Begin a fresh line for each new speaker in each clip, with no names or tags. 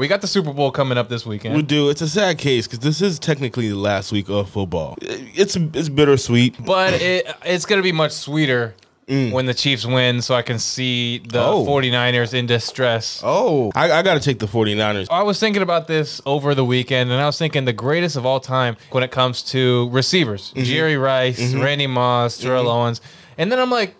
We got the Super Bowl coming up this weekend.
We do. It's a sad case because this is technically the last week of football. It's it's bittersweet.
but it it's going to be much sweeter when the Chiefs win so I can see the
Oh.
49ers in distress.
Oh, I, I got to take the 49ers. Uh,
I was thinking about this over the weekend and I was thinking the greatest of all time when it comes to receivers. Jerry Rice, Randy Moss, Terrell Owens. And then I'm like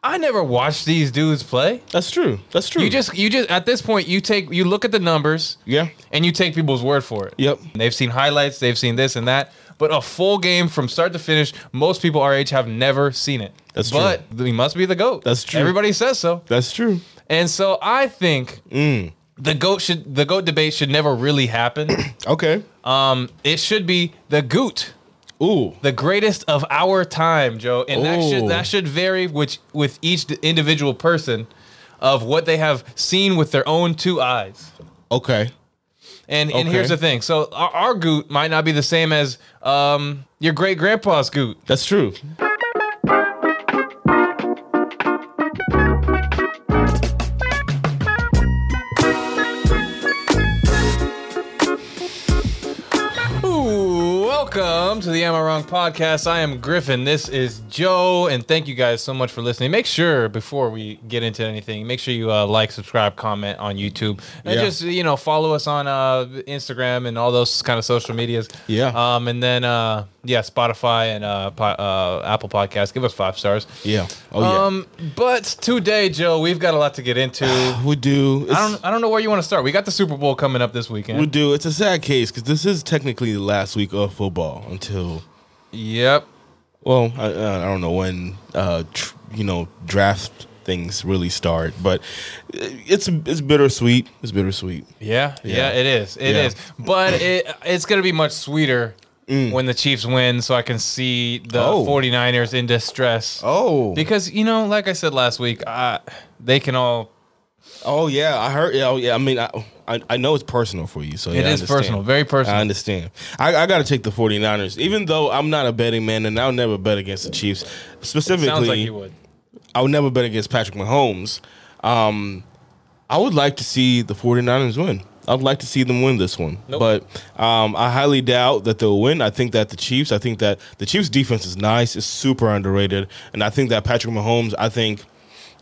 I never watched these dudes play.
That's true. That's true.
You just you just at this point you take you look at the numbers
yeah.
and you take people's word for it.
Yep.
And They've seen highlights, they've seen this and that, but a full game from start to finish, most people our age have never seen it.
That's true.
but he must be the goat.
That's true.
Everybody says so,
That's true.
and so I think
Mm.
the goat should the goat debate should never really happen.
Okay.
um, it should be the goot.
Ooh.
The greatest of our time, Joe, and that
Ooh.
should that should vary which with each individual person of what they have seen with their own two eyes.
Okay.
And and
Okay.
here's the thing. So our, our goot might not be the same as um your great grandpa's goot.
That's true.
Ooh, welcome to the Am I Wrong podcast. I am Griffin. This is Joe, and thank you guys so much for listening. Make sure before we get into anything, make sure you uh, like, subscribe, comment on YouTube, and
Yeah.
just you know follow us on uh, Instagram and all those kind of social medias.
Yeah.
Um, and then uh, yeah, Spotify and uh, po- uh, Apple Podcasts. Give us five stars.
Yeah. Oh yeah.
Um, but today, Joe, we've got a lot to get into. Um, I
we do. It's,
don't, I don't know where you want to start. We got the Super Bowl coming up this weekend.
We do. It's a sad case because this is technically the last week of football until
yep.
well, I, I don't know when uh, tr- you know draft things really start, but it's it's bittersweet. It's bittersweet.
Yeah, yeah,
Yeah.
it is. It is.
Yeah.
But it it's going to be much sweeter when the Chiefs win so I can see the
Mm. Oh.
49ers in distress.
Oh,
Because, you know, like I said last week, I, they can all
oh yeah, I heard. Yeah, oh, yeah. I mean, I, I I know it's personal for you, so
It is personal, very personal.
I understand. I, I got to take the 49ers, even though I'm not a betting man, and I'll never bet against the Chiefs.
sounds
Specifically,
like you would.
I would never bet against Patrick Mahomes. Um, I would like to see the 49ers win. I'd like to see them win this one.
Nope.
But um, I highly doubt that they'll win. I think that the Chiefs, I think that the Chiefs' defense is nice, it's super underrated. And I think that Patrick Mahomes, I think.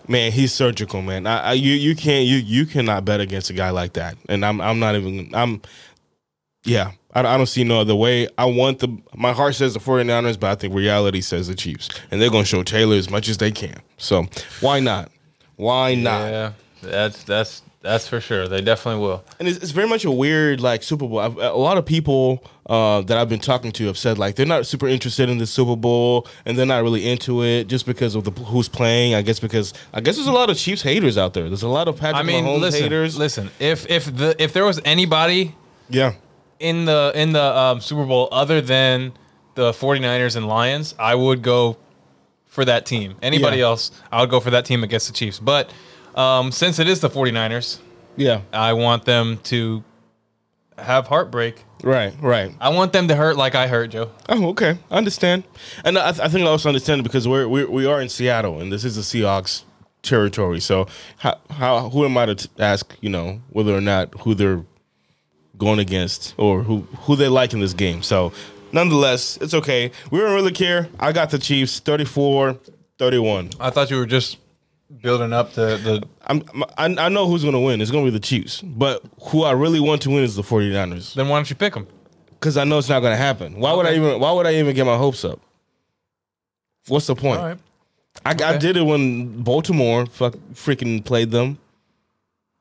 Man, he's surgical, man. I, I you you can't you you cannot bet against a guy like that. And I'm I'm not even I'm yeah, I, I don't see no other way. I want the my heart says the 49ers, but I think reality says the Chiefs. And they're going to show Taylor as much as they can. So, why not? Why not?
Yeah. That's that's that's for sure. They definitely will.
And it's, it's very much a weird like Super Bowl. I've, a lot of people uh, that I've been talking to have said like they're not super interested in the Super Bowl and they're not really into it just because of the who's playing. I guess because I guess there's a lot of Chiefs haters out there. There's a lot of Patrick
I mean,
Mahomes
listen.
haters.
Listen, if if the if there was anybody
Yeah,
in the in the um, Super Bowl other than the 49ers and Lions, I would go for that team. Anybody
Yeah.
else, I would go for that team against the Chiefs. But um, since it is the 49ers,
yeah,
I want them to have heartbreak.
right, right.
I want them to hurt like I hurt, Joe.
Oh, okay. I understand. And I, I think I also understand because we're, we're, we are in Seattle and this is the Seahawks territory. So, how, how who am I to t- ask, you know, whether or not who they're going against or who, who they like in this game? So, nonetheless, it's okay. We don't really care. I got the Chiefs 34 31.
I thought you were just building up the the.
I'm, I, I know who's going to win. It's going to be the Chiefs. But who I really want to win is the 49ers
Then why don't you pick them?
because I know it's not going to happen. Why would I
Okay.
even why would I even get my hopes up? What's the point?
All right.
I, I
Okay.
did it when Baltimore fuck, freaking played them.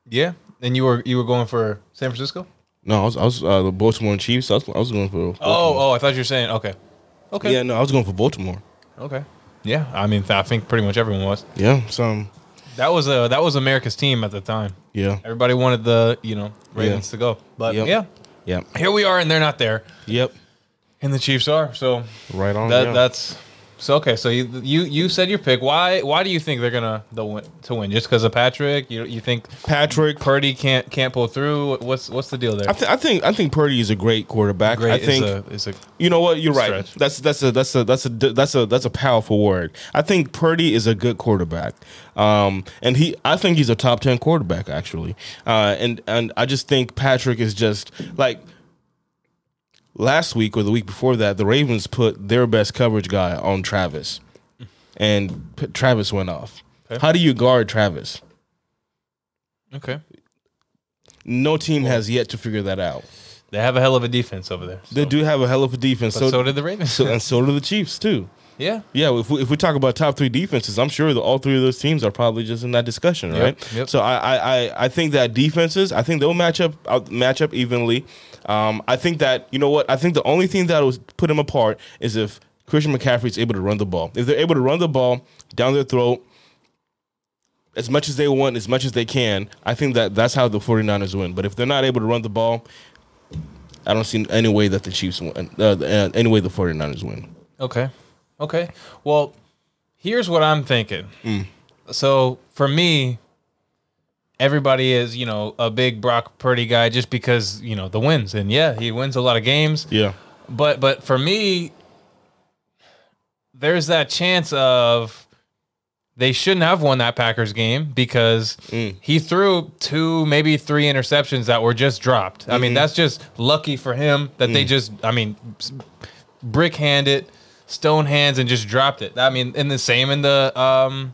Yeah. And you were you were going for San Francisco?
No, I was, I was uh, the Baltimore Chiefs. I was, I was going for. Baltimore.
Oh, oh, I thought you were saying okay. Okay.
yeah, no, I was going for Baltimore.
Okay. Yeah. I mean, I think pretty much everyone was.
Yeah, some.
That was a that was America's team at the time.
Yeah,
Everybody wanted the you know Ravens to go, but
Yep.
yeah,
yep,
here we are, and they're not there,
yep.
and the Chiefs are. So
Right on.
that
yeah.
that's So okay, so you you you said your pick. Why why do you think they're gonna the win, to win? Just because of Patrick? You you think
Patrick.
Purdy can't can't pull through? What's what's the deal there?
I, th- I think I think Purdy is a great quarterback.
Great
I think
is a, is
You know what? You're right.
Stretch.
That's that's a that's a that's a that's a that's a powerful word. I think Purdy is a good quarterback, um, and he I think he's a top ten quarterback actually, uh, and and I just think Patrick is just like last week or the week before that, the Ravens put their best coverage guy on Travis, and P- Travis went off. How do you guard Travis?
a okay.
No team has yet to figure that out.
They have a hell of a defense over there.
They do have a hell of a defense,
So,
so,
so did the Ravens.
so and so do the Chiefs too.
yeah.
Yeah, if we, if we talk about top three defenses, I'm sure that all three of those teams are probably just in that discussion,
Yep,
right?
yep.
So I, I I- I think that defenses, I think they'll match up out- match up evenly. Um, I think that you know what? I think the only thing that was put them apart is if Christian McCaffrey is able to run the ball. If they're able to run the ball down their throat as much as they want, as much as they can, I think that that's how the 49ers win. But if they're not able to run the ball, I don't see any way that the Chiefs win. Uh, uh, any way the 49ers win.
Okay. Okay. Well, here's what I'm thinking. So for me, everybody is, you know, a big Brock Purdy guy just because, you know, the wins. And yeah, he wins a lot of games.
Yeah.
But but for me, there's that chance of they shouldn't have won that Packers game because he threw two, maybe three interceptions that were just dropped. I mean, that's just lucky for him that they just, I mean, s- brick handed, stone hands, and just dropped it. I mean, and the same in the um,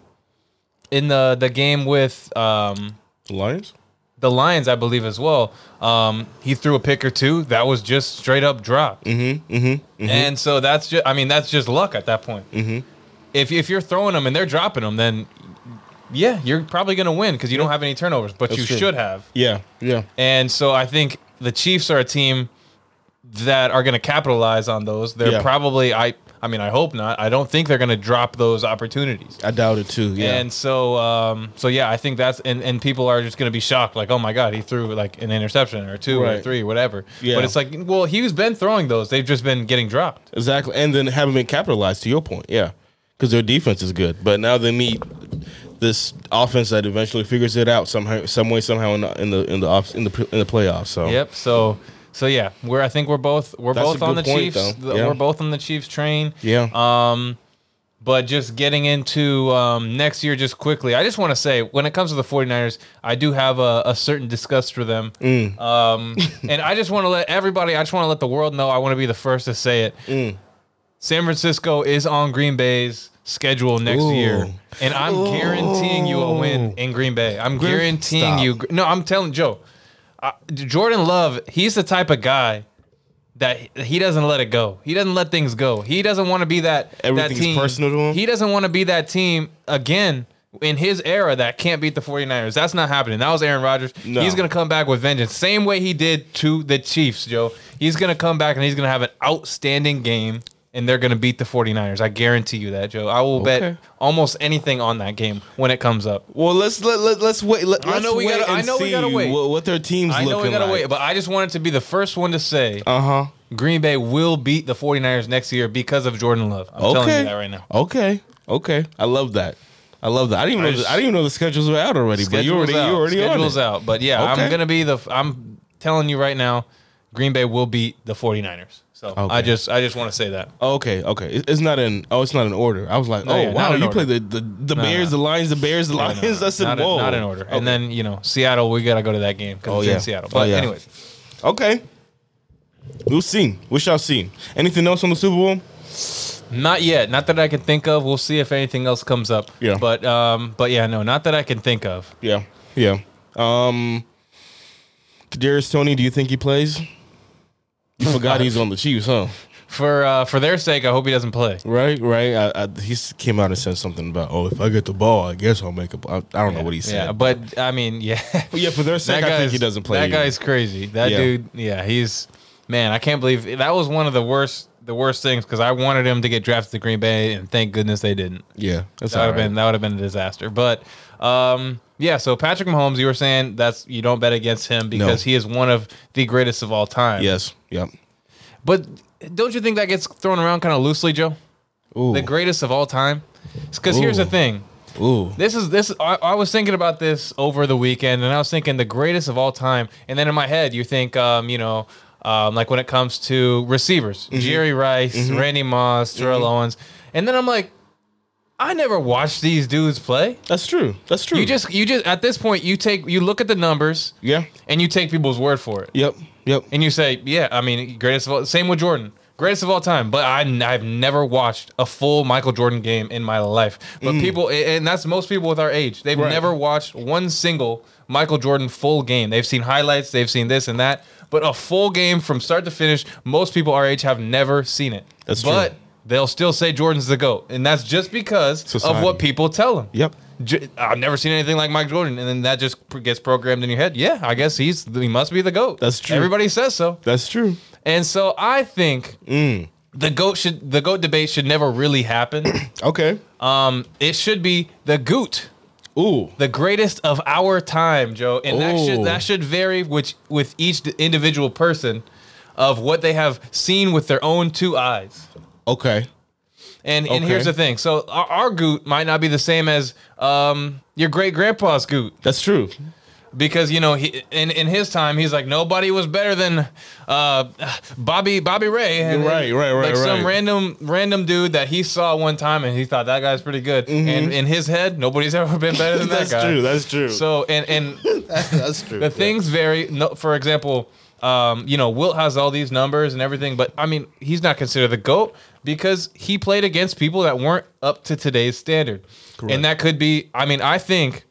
in the the game with um,
Lions?
the Lions, I believe, as well. Um, he threw a pick or two that was just straight up dropped. Mm-hmm, mm-hmm, And so that's just, I mean, that's just luck at that point. Mm-hmm. If if you're throwing them and they're dropping them, then yeah, you're probably gonna win because you don't have any turnovers, but you
true.
should have.
Yeah, yeah.
And so I think the Chiefs are a team that are going to capitalize on those. They're
Yeah.
probably I I mean I hope not. I don't think they're going to drop those opportunities.
I doubt it too. Yeah.
And so um so yeah, I think that's and and people are just going to be shocked like, "Oh my god, he threw like an interception or two or
Right.
three, whatever."
Yeah.
But it's like, well, he's been throwing those. They've just been getting dropped.
exactly. And then haven't been capitalized to your point. Yeah. Because their defense is good. But now they meet this offense that eventually figures it out somehow, some way, somehow in the in the in the, off, in the in the playoffs. So
Yep. So so yeah, we're I think we're both we're
That's a
both on the
good point,
Chiefs.
though. Yeah.
We're both on the Chiefs train.
yeah,
Um, but just getting into um, next year, just quickly, I just want to say when it comes to the 49ers, I do have a, a certain disgust for them. Um, and I just want to let everybody, I just want to let the world know, I want to be the first to say it. San Francisco is on Green Bay's schedule next
Ooh.
year. And I'm guaranteeing you a win in Green Bay. I'm guaranteeing
stop.
you. No, I'm telling Joe. I- Jordan Love, he's the type of guy that he doesn't let it go. He doesn't let things go. He doesn't want to be that
Everything's
that team.
personal to him?
He doesn't want to be that team again in his era that can't beat the 49ers. That's not happening. That was Aaron Rodgers.
No.
He's going to come back with vengeance. Same way he did to the Chiefs, Joe. He's going to come back and he's going to have an outstanding game and they're going to beat the 49ers. I guarantee you that, Joe. I will bet
Okay.
almost anything on that game when it comes up.
Well, let's let, let let's wait. Let,
I
let's
know we
wait
gotta- I
and
know we
see
gotta wait.
What, what their teams
I know we
looking
got to
like.
wait, but I just wanted to be the first one to say
Uh huh.
Green Bay will beat the 49ers next year because of Jordan Love. I'm
Okay.
telling you that right now.
Okay. Okay. I love that. I love that. I didn't even know.
just-
the, I didn't even know the schedules were out already. But you
Schedule's
already
out.
you already on
Schedule's
it.
out. But yeah,
Okay.
I'm gonna be the. I'm telling you right now, Green Bay will beat the 49ers. So I
Okay.
just I just want to say that.
Oh, Okay, okay. It- It's not in. Oh, it's not in order. I was like, oh
yeah, not
wow,
in
you
order.
play the the, the
No,
Bears,
no.
the Lions, the Bears, the
No,
Lions.
no, no.
That's in
not, in-
whoa.
not in order.
Okay.
And then you know Seattle, we gotta go to that game because
Oh,
it's
yeah.
in Seattle.
Oh,
But
yeah.
anyways,
okay, we'll see. We shall see. Anything else on the Super Bowl?
not yet. Not that I can think of. We'll see if anything else comes up.
Yeah.
But um. But yeah, no, not that I can think of.
Yeah, yeah. Um, Kadarius Tony, do you think he plays? You forgot he's on the Chiefs, huh?
For uh for their sake, I hope he doesn't play.
Right, right. I, I, he s- came out and said something about, oh, if I get the ball, I guess I'll make a. b-" I, I don't know what he said.
Yeah. But I mean, yeah.
But yeah, for their sake, I think he doesn't play.
That
either.
guy's crazy. That
Yeah.
dude, yeah, he's man. I can't believe that was one of the worst, the worst things because I wanted him to get drafted to Green Bay, and thank goodness they didn't.
Yeah, that's
That would
all
have
right.
been that would have been a disaster. But um, yeah, so Patrick Mahomes, you were saying that's you don't bet against him because he is one of the greatest of all time.
Yes. Yep.
but don't you think that gets thrown around kind of loosely, Joe?
Ooh.
the greatest of all time? Because here's the
Ooh.
thing.
Ooh.
This is this. I, I was thinking about this over the weekend, and I was thinking the greatest of all time. And then in my head, you think, um, you know, um, like when it comes to receivers, Jerry Rice, Randy Moss, Terrell Owens, and then I'm like, I never watched these dudes play.
That's true. That's true.
You just, you just at this point, you take, you look at the numbers,
Yeah.
and you take people's word for it,
Yep. Yep.
and you say, yeah, I mean, greatest of all. Same with Jordan. Greatest of all time, but I, I've never watched a full Michael Jordan game in my life. But people, and that's most people with our age, they've
Mm. Right.
never watched one single Michael Jordan full game. They've seen highlights, they've seen this and that, but a full game from start to finish, most people our age have never seen it.
That's
but
true.
they'll still say Jordan's the GOAT, and that's just because of
Society.
what people tell them.
Yep.
J- I've never seen anything like Mike Jordan, and then that just pr- gets programmed in your head. Yeah, I guess he's he must be the goat.
That's true.
Everybody says so,
That's true.
and so I think
Mm.
the goat should the goat debate should never really happen.
Okay.
um, it should be the goot,
Ooh.
the greatest of our time, Joe, and that
Ooh.
should that should vary which with each individual person of what they have seen with their own two eyes.
Okay.
And and
Okay.
here's the thing: so our, our goot might not be the same as um, your great grandpa's goot.
That's true.
because you know he in in his time he's like nobody was better than uh Bobby Bobby Ray and,
Right,
and,
right, right,
like some
right.
random random dude that he saw one time and he thought that guy's pretty good and in his head nobody's ever been better than
Mm-hmm. That's
that guy
true. That's true.
so and and
That's true.
the things vary no, for example um you know Wilt has all these numbers and everything but I mean he's not considered the goat because he played against people that weren't up to today's standard
Correct.
and that could be I mean I think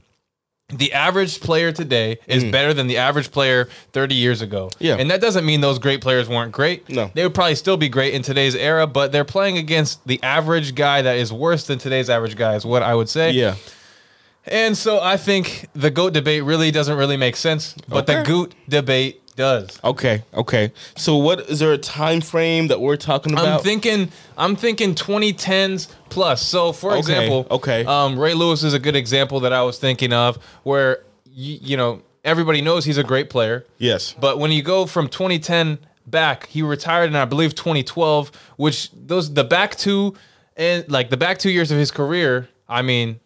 the average player today is better than the average player 30 years ago.
Mm. Yeah.
And that doesn't mean those great players weren't great.
No.
They would probably still be great in today's era, but they're playing against the average guy that is worse than today's average guy, is what I would say.
Yeah.
And so I think the GOAT debate really doesn't really make sense, but the
Okay.
GOAT debate does.
Okay. Okay. So, what is there a time frame that we're talking
I'm
about?
thinking I'm thinking 2010s plus. So for
Okay,
example,
okay.
um, Ray Lewis is a good example that I was thinking of where y- you know everybody knows he's a great player.
Yes.
But when you go from 2010 back, he retired in I believe 2012, which those the back two and like the back two years of his career, I mean,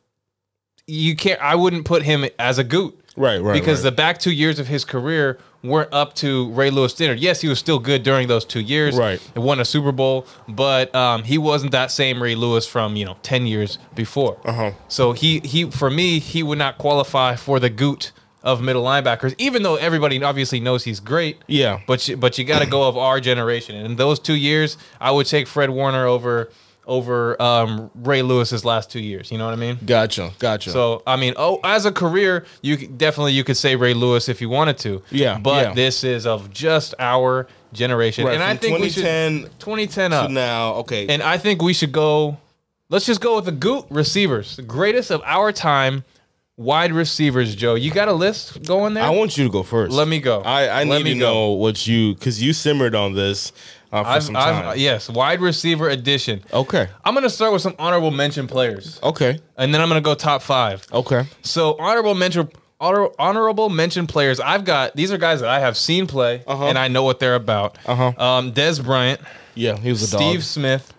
you can't I wouldn't put him as a goot.
Right, right,
Because
right.
the back two years of his career weren't up to Ray Lewis standard. Yes, he was still good during those two years.
Right.
He won a Super Bowl, but um, he wasn't that same Ray Lewis from, you know, 10 years before.
Uh-huh.
So he, he for me, he would not qualify for the goot of middle linebackers, even though everybody obviously knows he's great.
Yeah.
But you, but you got to go of our generation. And in those two years, I would take Fred Warner over over um, Ray Lewis's last two years. You know what I mean?
Gotcha. Gotcha.
So I mean, oh, as a career, you c- definitely you could say Ray Lewis if you wanted to.
Yeah,
But
yeah.
this is of just our generation,
Right,
and I
from
think we should
2010
2010
to
up,
now. Okay.
and I think we should go. Let's just go with the Goot receivers, the greatest of our time, wide receivers. Joe, you got a list going there?
I want you to go first.
Let me go.
I, I
Let
need
me
to
go.
know what you because you simmered on this uh, for
I've,
some
I've-
time. Oh.
yes, wide receiver edition.
Okay.
I'm gonna start with some honorable mention players,
Okay.
and then I'm gonna go top five.
Okay.
So honorable mention, honor, honorable mention players. I've got these are guys that I have seen play
Uh-huh.
and I know what they're about.
Uh-huh.
Um, Des Bryant,
Yeah, he was a
Steve Smith,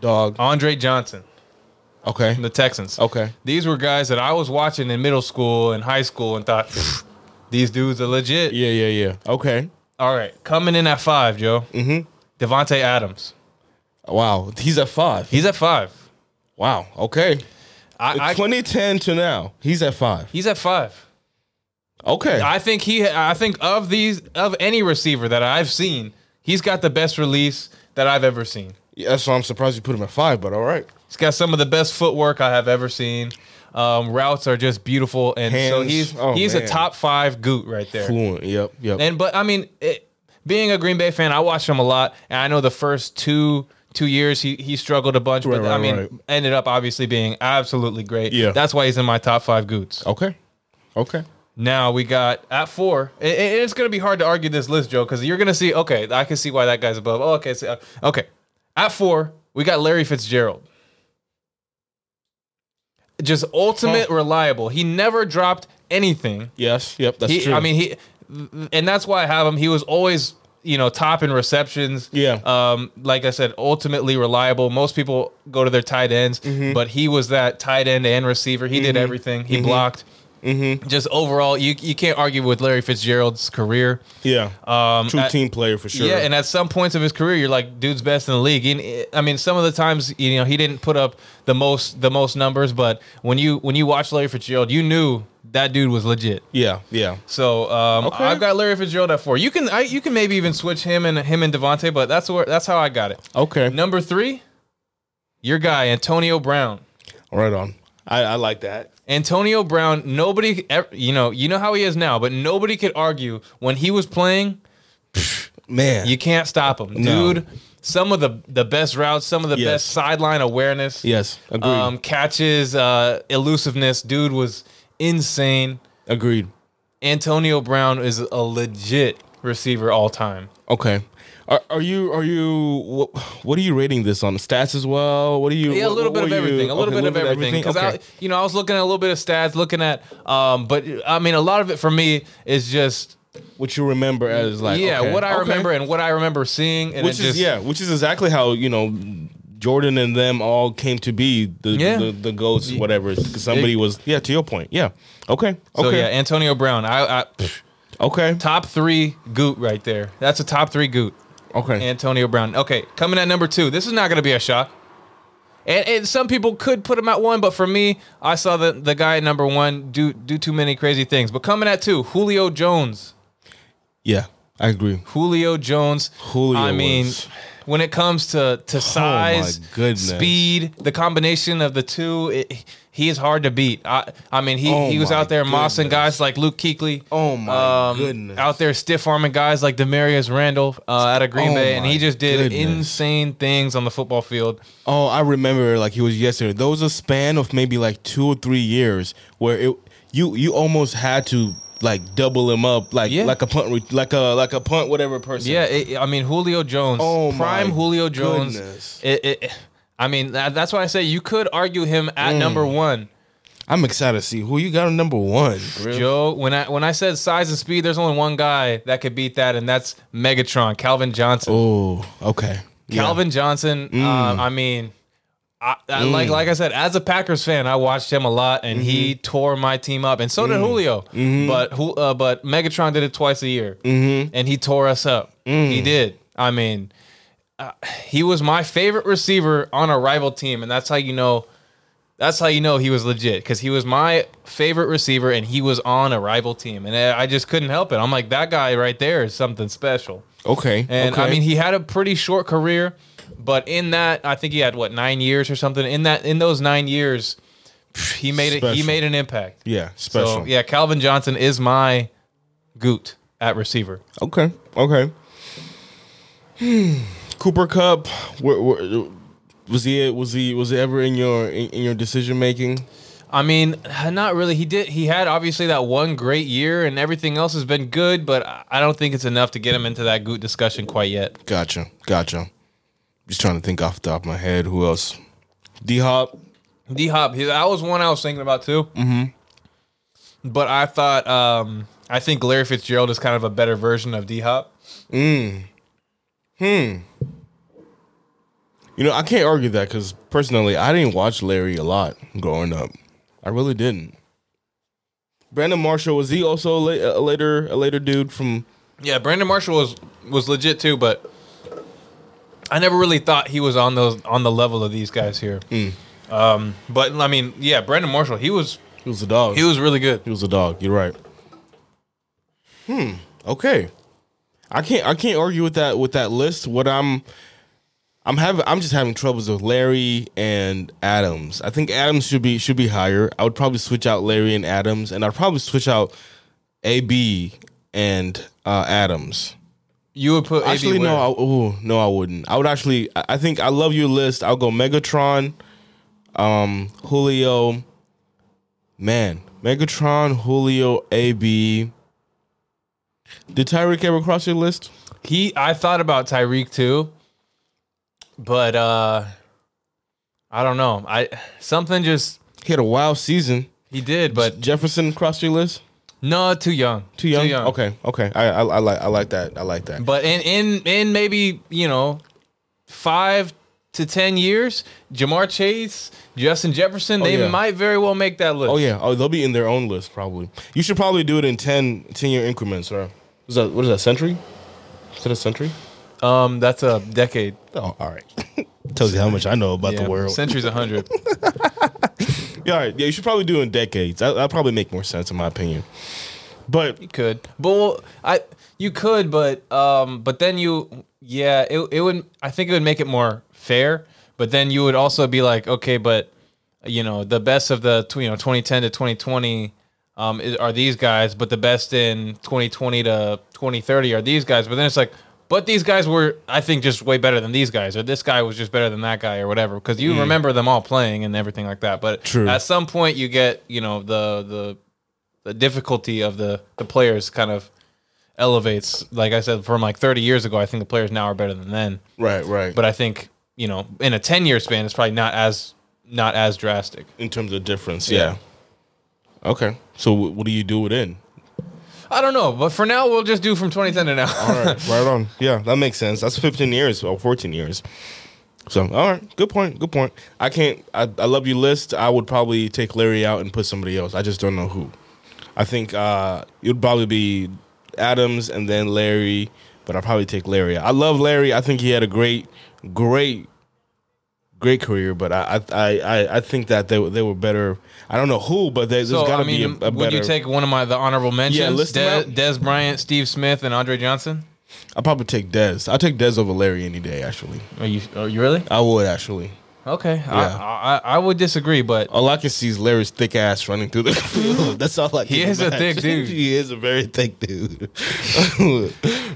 dog. Dog.
Andre Johnson,
Okay.
from the Texans.
Okay.
These were guys that I was watching in middle school and high school and thought, "Pfft, these dudes are legit.
Yeah. Yeah. Yeah. Okay.
All right, coming in at five, Joe. Mm-hmm. Devonte Adams.
Wow. He's at five.
He's at five.
Wow. Okay.
I, I
2010 to now, he's at five.
he's at five.
Okay.
I think he. I think of these of any receiver that I've seen, he's got the best release that I've ever seen.
Yeah, that's why I'm surprised you put him at five, but all right.
He's got some of the best footwork I have ever seen. Um, routes are just beautiful, and so
Hands.
he's
Oh,
he's a
man.
top five goot right there.
Fluent. Yep. Yep.
And but I mean, it, being a Green Bay fan, I watched him a lot, and I know the first two two years he he struggled a bunch, but
Right,
I
right,
mean,
right.
ended up obviously being absolutely great.
Yeah.
that's why he's in my top five goots.
okay. Okay.
Now we got at four, and and it's going to be hard to argue this list, Joe, because you're going to see. Okay, I can see why that guy's above. Oh, okay, so, okay. At four, we got Larry Fitzgerald. Just ultimate reliable. He never dropped anything.
Yes. Yep. That's
He,
true.
I mean, he, and that's why I have him. He was always you know, top in receptions.
Yeah.
Um, like I said, ultimately reliable. Most people go to their tight ends,
Mm-hmm.
but he was that tight end and receiver. He did everything. He blocked.
Mm-hmm.
Just overall, you you can't argue with Larry Fitzgerald's career.
Yeah. Um, True
I-
team player for sure.
Yeah, and at some points of his career, you're like, dude's best in the league. And, eh, I mean, some of the times, you know, he didn't put up the most the most numbers, but when you when you watch Larry Fitzgerald, you knew that dude was legit.
yeah. Yeah.
So um,
Okay.
I've got Larry Fitzgerald at four. You can I, you can maybe even switch him and him and Devontae, but that's where that's how I got it.
Okay.
Number three, your guy Antonio Brown.
Right on. I, I like that.
Antonio Brown, nobody, ev- you know, you know how he is now, but nobody could argue when he was playing,
Man.
you can't stop him,
No.
dude. Some of the the best routes, some of the
Yes.
best sideline awareness,
yes. Agreed.
um, catches, uh, elusiveness, dude was insane.
Agreed.
Antonio Brown is a legit receiver all time.
Okay. Are, are you are you what, what are you rating this on stats as well? What are you?
Yeah, a
what-
little bit
what
of
were you-
everything. A little
okay,
bit of everything. Because
Okay.
I, you know, I was looking at a little bit of stats, looking at, um, but I mean, a lot of it for me is just,
what you remember as like
yeah,
okay.
what I
Okay.
remember and what I remember seeing, and
which
it
is
just,
yeah, which is exactly how you know Jordan and them all came to be the
Yeah.
the, the goats, whatever. 'Cause somebody was yeah. To your point, yeah. Okay,
So
okay,
yeah, Antonio Brown, I, I pff,
okay,
top three goot right there. That's a top three goot.
okay.
Antonio Brown. Okay, coming at number two. This is not going to be a shock. And, and some people could put him at one, but for me, I saw the, the guy at number one do do too many crazy things. But coming at two, Julio Jones.
yeah, I agree.
Julio Jones.
Julio
I mean,
was- Oh
when it comes to to size,
goodness.
speed, the combination of the two, it, he is hard to beat. I I mean, he,
Oh
he was
my
out there mossing
goodness.
guys like Luke Kuechly.
Oh my
um,
goodness.
Out there stiff arming guys like Demarius Randall uh, out of Green
Oh
Bay, and
my
he just did
goodness.
insane things on the football field.
Oh, I remember like it was yesterday. There was a span of maybe like two or three years where it you you almost had to like double him up like
Yeah.
like a punt re- like a like a punt whatever person.
Yeah, it, I mean Julio Jones,
Oh, my
prime Julio Jones.
goodness.
It, it, I mean, that, that's why I say you could argue him at number
Mm.
one.
I'm excited to see who you got on number one. Griff.
Joe, when I when I said size and speed, there's only one guy that could beat that, and that's Megatron, Calvin Johnson.
Oh, okay. Yeah.
Calvin Johnson. um, I mean, I, I, like like I said, as a Packers fan, I watched him a lot, and he tore my team up, and so did Julio. But who? Uh, but Megatron did it twice a year, and he tore us up. He did. I mean, uh, he was my favorite receiver on a rival team, and that's how you know. That's how you know he was legit because he was my favorite receiver and he was on a rival team. And I I just couldn't help it. I'm like, that guy right there is something special.
Okay.
And
okay.
I mean, he had a pretty short career, but in that, I think he had what nine years or something. In that, in those nine years, he made it. He
Special.
made an impact.
yeah, special.
So yeah, Calvin Johnson is my goot at receiver.
Okay. Okay. Hmm. Cooper Cup. Where, where, was he? Was he? Was he ever in your in, in your decision making?
I mean, not really. He did. He had obviously that one great year, and everything else has been good. But I I don't think it's enough to get him into that goot discussion quite yet.
Gotcha. Gotcha. Just trying to think off the top of my head. Who else? D Hop.
D Hop, he- that was one I was thinking about too. Mm-hmm.
Mm-hmm.
But I thought, um, I think Larry Fitzgerald is kind of a better version of D Hop.
You know, I can't argue that because personally, I didn't watch Larry a lot growing up. I really didn't. Brandon Marshall was he also a, la- a later a later dude from?
Yeah, Brandon Marshall was was legit too, but I never really thought he was on those on the level of these guys here.
Hmm.
Um, but I mean, yeah, Brandon Marshall, he was
He was a dog.
he was really good.
He was a dog. You're right. Hmm. Okay. I can't. I can't argue with that. With that list, what I'm, I'm having. I'm just having troubles with Larry and Adams. I think Adams should be should be higher. I would probably switch out Larry and Adams, and I'd probably switch out AB and uh, Adams.
You would put
Actually,
AB where?
no. I, ooh, no, I wouldn't. I would actually. I I think I love your list. I'll go Megatron, um, Julio. Man, Megatron, Julio, AB. Did Tyreek ever cross your list?
he I thought about Tyreek too, but uh I don't know. I something just
He had a wild season.
he did, but
Jefferson crossed your list.
No, too young.
Too young. Okay. Okay. I, I I like I like that. I like that.
But in in in maybe you know five to ten years, Jamar Chase, Justin Jefferson, they
Oh, yeah.
might very well make that list.
Oh yeah. Oh, they'll be in their own list probably. You should probably do it in 10, 10 year increments. Or is that what is that century? Is that a century?
Um, that's a decade.
Oh, all right. Tells you how much I know about
Yeah,
the world.
centuries a hundred.
yeah, all right. Yeah, you should probably do it in decades. That that probably make more sense in my opinion. But
You could, but well, I you could, but um, but then you, yeah, it it would. I think it would make it more fair. But then you would also be like, okay, but you know, the best of the tw- you know 2010 to 2020 um is, are these guys, but the best in 2020 to 2030 are these guys. But then it's like. But these guys were, I think, just way better than these guys, or this guy was just better than that guy, or whatever. Because you remember them all playing and everything like that. But
True.
at some point, you get, you know, the the the difficulty of the the players kind of elevates. Like I said, from like 30 years ago, I think the players now are better than then.
right, right.
But I think you know, in a 10 year span, it's probably not as not as drastic.
in terms of difference, yeah. Okay. So wh- what do you do within?
I don't know, but for now, we'll just do from 2010 to now.
All right, right on. Yeah, that makes sense. That's 15 years or 14 years. So, all right, good point. Good point. I can't. I, I love your list. I would probably take Larry out and put somebody else. I just don't know who. I think uh, it would probably be Adams and then Larry, but I'd probably take Larry. I love Larry. I think he had a great, great, great career. But I, I, I- I, I think that they were- they were better. I don't know who, but there, has
So
got to
I mean,
be a, a
would
better.
you take one of my the honorable mentions?
list them out.
Des Bryant, Steve Smith, and Andre Johnson.
I'd probably take Dez. I'll take Dez over Larry any day. Actually,
Are you? Are you really?
I would actually.
Okay,
Yeah.
I, I I would disagree, but
All I can see is Larry's thick ass running through the field. That's all I can
He is a
imagine.
thick dude.
he is a very thick dude. no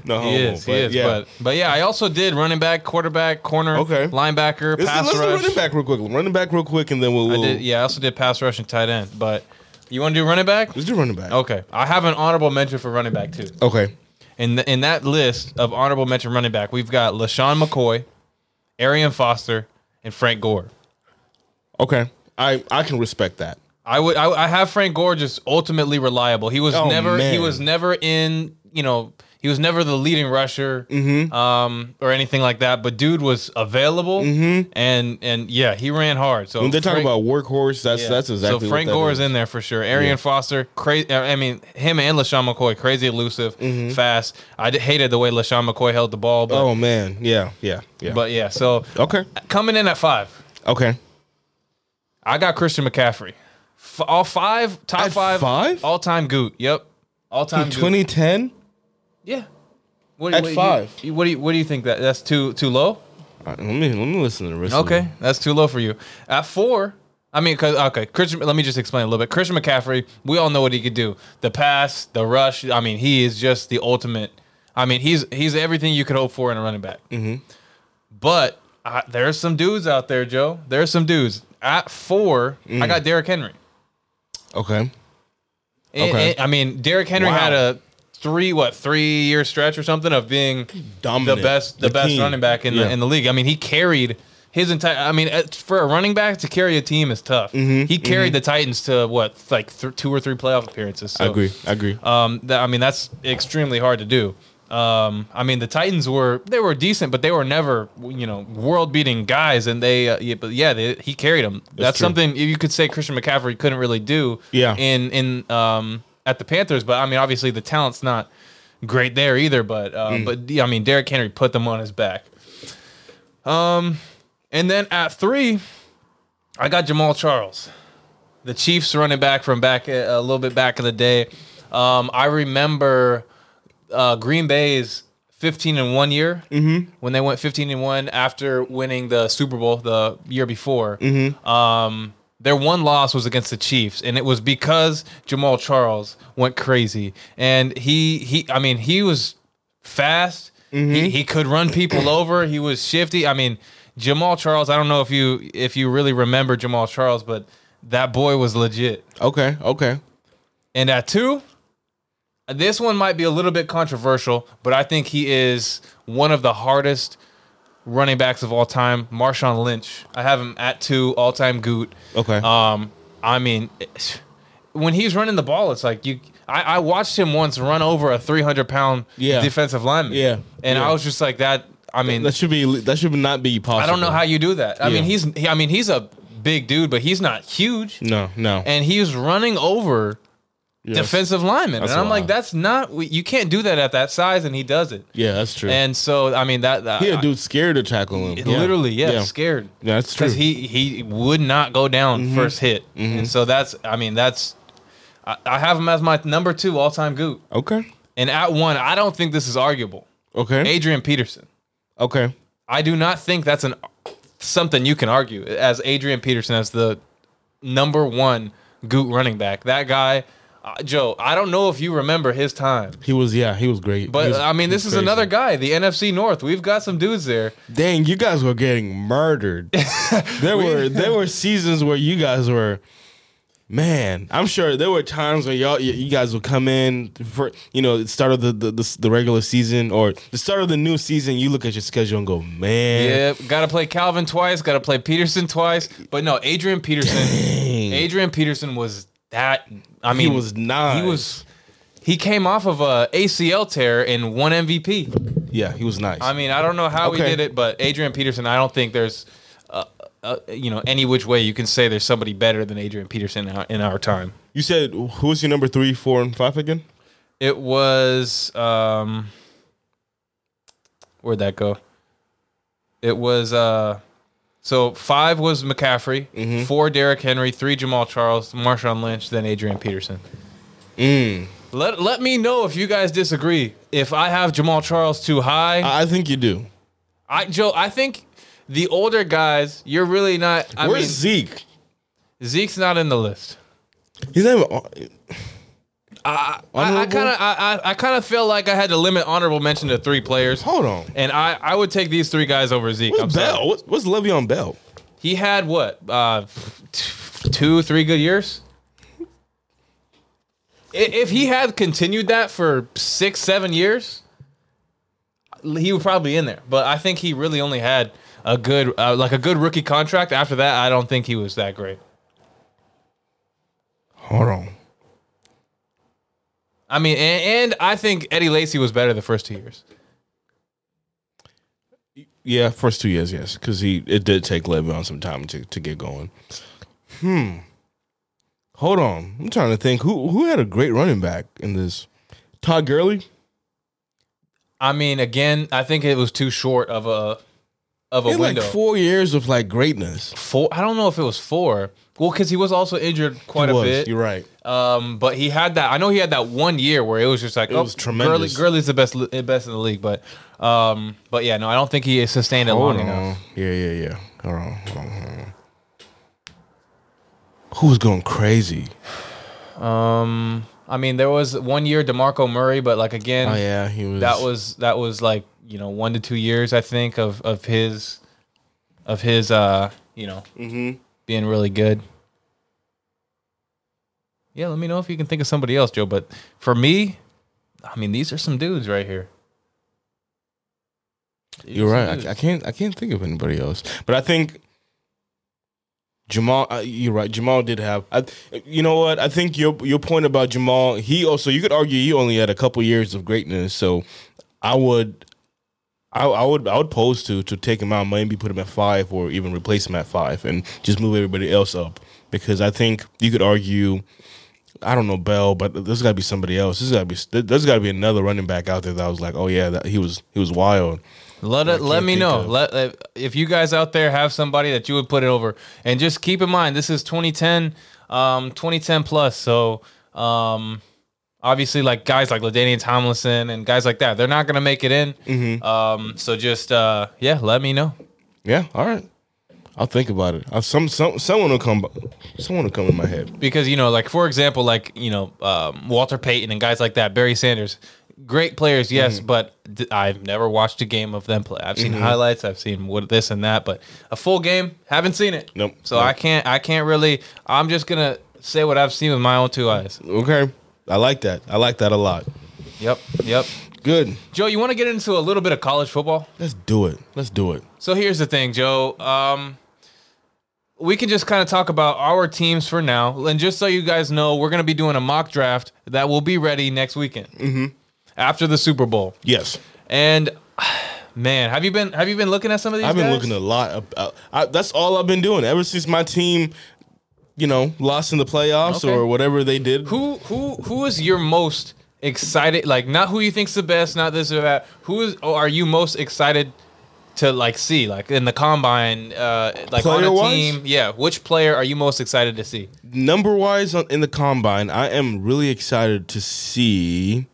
homo.
he is.
Oh, but
he is.
yeah.
But but yeah, I also did running back, quarterback, corner,
Okay.
linebacker,
let's,
pass
let's do
rush.
running back real quick. Running back real quick, and then we'll.
I
we'll
did. Yeah, I also did pass rush and tight end. But you want to do running back?
Let's do running back.
Okay, I have an honorable mention for running back too.
Okay.
In th- in that list of honorable mention running back, we've got Lashawn McCoy, Arian Foster, and Frank Gore.
Okay. I I can respect that.
I would I, I have Frank Gore just ultimately reliable. He was
Oh,
never he
man.
was never in you know he was never the leading rusher
Mm-hmm.
um, or anything like that. But dude was available and and yeah he ran hard. So
Mm-hmm. When they talk
Frank-
about workhorse, that's
yeah.
that's exactly.
So Frank
what that
Gore
is.
is in there for sure. Arian Foster, crazy. I mean him and Lashawn McCoy, crazy elusive, fast. I d- hated the way Lashawn McCoy held the ball, but
Mm-hmm. Oh man, yeah, yeah, yeah. Oh.
but yeah. So
okay,
coming in at five,
okay.
I got Christian McCaffrey. F- all five, top
At
five,
five?
all time goot. Yep, all time goot.
2010.
Yeah. What,
At
do you-
five.
you- what do you What do you think that that's too too low?
All right, Uh, let me let me listen to the rest. of
Okay,
them.
that's too low for you. At four, I mean, 'cause- okay, Christian. Let me just explain a little bit. Christian McCaffrey, we all know what he could do: the pass, the rush. I mean, he is just the ultimate. I mean, he's he's everything you could hope for in a running back. But I, there's some dudes out there, Joe. There's some dudes at 4 I got Derrick Henry.
Okay.
And-
Okay.
and- I mean, Derrick Henry
Wow.
had a three what three year stretch or something of being the
Dominant.
best the, best
king.
running back in
Yeah.
the in the league. I mean, he carried his entire. I mean, uh, for a running back to carry a team is tough.
Mm-hmm.
He carried the Titans to what like th- two or three playoff appearances. So,
I agree. I agree.
Um, that, I mean, that's extremely hard to do. Um, I mean, the Titans were they were decent, but they were never you know world beating guys, and they uh, yeah, but yeah, they, he carried them. That's,
true.
something you could say Christian McCaffrey couldn't really do.
Yeah.
In in um at the Panthers, but I mean, obviously the talent's not great there either. But uh, but yeah, I mean, Derrick Henry put them on his back. Um, and then at three, I got Jamal Charles, the Chiefs running back from back uh, a little bit back in the day. Um, I remember uh, Green Bay's 15 and one year when they went 15 and one after winning the Super Bowl the year before. Um, their one loss was against the Chiefs, and it was because Jamal Charles went crazy, and he he I mean he was fast. He, he could run people over. He was shifty. I mean, Jamal Charles. I don't know if you if you really remember Jamal Charles, but that boy was legit.
Okay. Okay.
And at two, this one might be a little bit controversial, but I think he is one of the hardest running backs of all time. Marshawn Lynch. I have him at two, all time goot.
Okay.
Um, I mean, when he's running the ball, it's like you I, I watched him once run over a 300 pound
Yeah.
defensive lineman.
Yeah.
And
Yeah.
I was just like, that, I mean,
That should be that should not be possible.
I don't know how you do that. I mean,
Yeah.
he's, he, I mean, he's a big dude, but he's not huge.
No, no.
And he was running over
Yes.
defensive linemen.
That's
and I'm like,
wild.
that's not, you can't do that at that size. And he does it.
Yeah, that's true.
And so, I mean, that, that
he a dude scared to tackle him. Yeah.
literally, yeah,
yeah.
scared.
Yeah, that's true. Mm-hmm.
because he he would not go down first hit, and so that's I mean that's I, I have him as my number two all time goot,
okay,
and at one I don't think this is arguable.
okay,
Adrian Peterson,
okay.
I do not think that's an something you can argue as Adrian Peterson as the number one goot running back. That guy, uh, Joe, I don't know if you remember his time.
He was yeah, he was great.
But
He was-
I mean,
he
this
was
is
crazy.
another guy. The NFC North. We've got some dudes there.
Dang, you guys were getting murdered. there were there were seasons where you guys were, man. I'm sure there were times where y'all you you guys would come in for you know the start of the the, the the regular season or the start of the new season. You look at your schedule and go, man,
Yep. Got to play Calvin twice. Got to play Peterson twice. But no, Adrian Peterson. Adrian Peterson was that. I
he
mean,
was nice.
He was. He came off of a ACL tear and one MVP.
yeah, he was nice.
I mean, I don't know how
Okay.
he did it, but Adrian Peterson. I don't think there's. Uh, uh, you know, any which way you can say there's somebody better than Adrian Peterson in our, in our time.
you said who was your number three, four, and five again?
It was um where'd that go? It was uh so five was McCaffrey,
Mm-hmm.
four Derrick Henry, three Jamal Charles, Marshawn Lynch, then Adrian Peterson.
Mm.
Let let me know if you guys disagree. If I have Jamal Charles too high, I,
I I think you do.
Joe, I think the older guys, you're really not. I
Where's
mean,
Zeke?
Zeke's not in the list.
He's not even. on-
I
Honorable?
kind of I, I, I kind of feel like I had to limit honorable mention to three players.
Hold on.
And I, I would take these three guys over Zeke. I'm
What's
sorry.
Bell? What's, what's Le'Veon Bell?
He had what? Uh, t- two, three good years? I- If he had continued that for six, seven years, he would probably be in there. But I think he really only had a good, uh, like a good rookie contract. After that, I don't think he was that great.
Hold on.
I mean, and, and I think Eddie Lacy was better the first two years.
Yeah, first two years, yes, because he it did take Le'Veon some time to, to get going. Hmm. Hold on, I'm trying to think who who had a great running back in this. Todd Gurley.
I mean, again, I think it was too short of a of a
He had like
window.
four years of like greatness.
four. I don't know if it was four. Well, because he was also injured quite
He
a
was,
bit.
You're right.
Um, but he had that. I know he had that one year where it was just like it
was tremendous.
Gurley, Gurley's the best, li- best in the league. But, um, but yeah, no, I don't think he sustained it long
Hold
enough.
on. Oh, Yeah, yeah, yeah. Hold on, hold on, hold on. Who was going crazy?
Um, I mean, there was one year Demarco Murray, but like again,
Oh yeah, he was.
that was that was like you know one to two years I think of of his, of his uh you know
Mm-hmm.
being really good. Yeah, let me know if you can think of somebody else, Joe. But for me, I mean, these are some dudes right here. These
You're
are
right.
some dudes.
I, I can't. I can't think of anybody else. But I think Jamal. Uh, you're right. Jamal did have. I, you know what? I think your your point about Jamal. He also. You could argue he only had a couple years of greatness. So I would. I, I would I would pose to to take him out, maybe put him at five, or even replace him at five, and just move everybody else up because I think you could argue, I don't know Bell, but there's got to be somebody else. There's got to be there- there's got to be another running back out there that was like, oh yeah, that, he was he was wild.
Let it, let
can't
me
think
know.
of.
Let uh, if you guys out there have somebody that you would put it over, and just keep in mind this is 2010, um, 2010 plus. So um, obviously, like guys like Ladainian Tomlinson and guys like that, they're not gonna make it in.
Mm-hmm.
Um, so just uh, yeah, let me know.
Yeah, all right. I'll think about it. Uh, some some someone will come. Someone will come in my head.
because you know, like for example, like you know, um, Walter Payton and guys like that, Barry Sanders, great players, yes,
Mm.
but d- I've never watched a game of them play. I've seen
Mm-hmm.
highlights, I've seen what this and that, but a full game, haven't seen it.
Nope.
So
Nope.
I can't, I can't really. I'm just gonna say what I've seen with my own two eyes.
Okay, I like that. I like that a lot.
Yep, yep.
Good.
Joe, you want to get into a little bit of college football?
Let's do it. Let's do it.
So here's the thing, Joe. Um, we can just kind of talk about our teams for now. And just so you guys know, we're going to be doing a mock draft that will be ready next weekend
Mm-hmm.
after the Super Bowl.
Yes.
And man, have you been have you been looking at some of these?
I've been
guys?
looking a lot. Up, uh, I, that's all I've been doing ever since my team, you know, lost in the playoffs
Okay.
or whatever they did.
who who who is your most excited? Like not who you think's the best, not this or that. Who is or are you most excited to like see like in the combine? Uh, like on a
Player-wise?
team, yeah. Which player are you most excited to see?
Number wise on, uh, in the combine, I am really excited to see.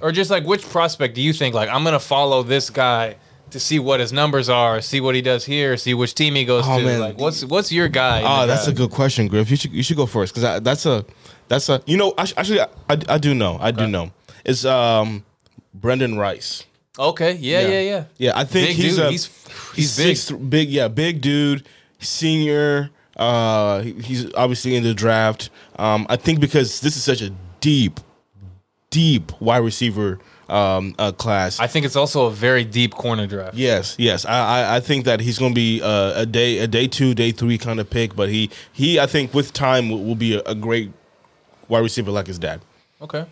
or just like which prospect do you think like I'm gonna follow this guy to see what his numbers are, see what he does here, see which team he goes
Oh,
to.
man.
Like what's what's your guy?
Oh, that's a good question, Griff. You should you should go first because that's a that's a you know I, sh- actually I, I, I do know I do know it's um Brendan Rice.
okay. Yeah, yeah, yeah.
Yeah, I think
Big
he's
dude.
a
he's
he's
he's big.
big. big, yeah, big dude, senior. Uh, he- he's obviously in the draft. Um, I think because this is such a deep, deep wide receiver um uh, class.
I think it's also a very deep corner draft.
yes, yes, I, I I think that he's going to be uh, a day a day two, day three kind of pick. But he he I think with time will, will be a, a great wide receiver like his dad,
Okay.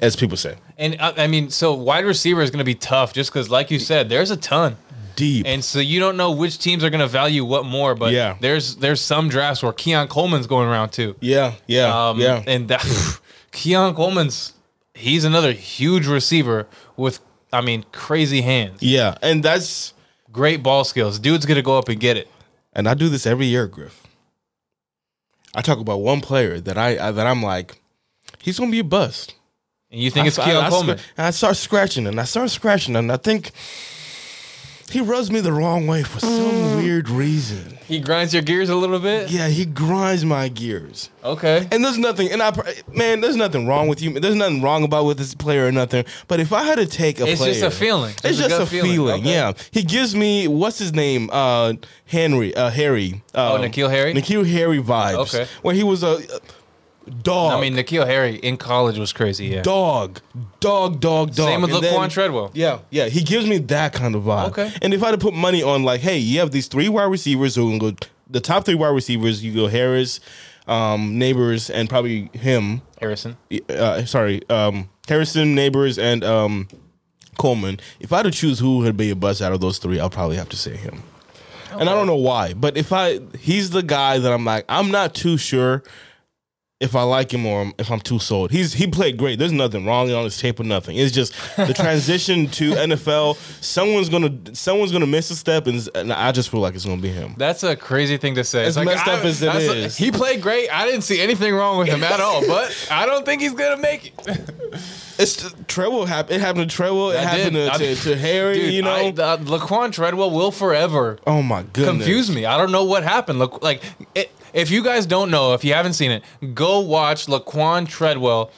as people say.
And uh, I, I mean, so wide receiver is gonna be tough just because, like you said, there's a ton.
Deep.
And so you don't know which teams are going to value what more, but
Yeah.
there's there's some drafts where Keon Coleman's going around too.
yeah, yeah,
Um,
yeah.
And that, Keon Coleman's, he's another huge receiver with, I mean, crazy hands,
yeah, and that's
great ball skills. Dude's going to go up and get it.
and I do this every year, Griff. I talk about one player that I, I that I'm like, he's gonna be a bust.
And you think it's
I,
Keon
I- I
Coleman.
scr- and I start scratching and I start scratching and I think he rubs me the wrong way for
Mm.
some weird reason.
he grinds your gears a little bit.
Yeah, he grinds my gears.
Okay.
And there's nothing, and I pr- man, there's nothing wrong with you. There's nothing wrong about with this player or nothing. But if I had to take a
It's
player,
just a feeling.
It's
Just a
just a,
gut
feeling.
feeling. Okay.
Yeah, he gives me what's his name, uh, Henry, uh, Harry. Um,
N'Keal Oh, Harry?
Nikhil Harry vibes.
Okay.
when he was a a dog.
I mean, Nikhil Harry in college was crazy. Yeah.
Dog, dog, dog, dog.
Same with
And
Laquan
then-
Treadwell.
Yeah, yeah. He gives me that kind of vibe.
Okay.
And if I had to put money on, like, hey, you have these three wide receivers who can go, the top three wide receivers, you go Harris, um, Neighbors, and probably him
Harrison.
uh, sorry, um, Harrison, Neighbors, and um, Coleman. If I had to choose who would be a bust out of those three, I'll probably have to say him. And I don't know why, but if I he's the guy that I'm like, I'm not too sure if I like him or if I'm too sold. He's he played great. There's nothing wrong on his tape or nothing. It's just the transition to NFL. Someone's gonna someone's gonna miss a step, and, and I just feel like it's gonna be him.
That's a crazy thing to say.
As messed up as it
that's-
is.
he played great. I didn't see anything wrong with him at all, but I don't think he's gonna make it.
It's Trevor happened. It happened to Trevor. It
I
happened
did.
to,
I-
to, to Harry.
Dude,
you know.
I, uh, Laquan Treadwell will forever
oh my goodness.
confused me. I don't know what happened. Look, like it, if you guys don't know, if you haven't seen it, go watch Laquan Treadwell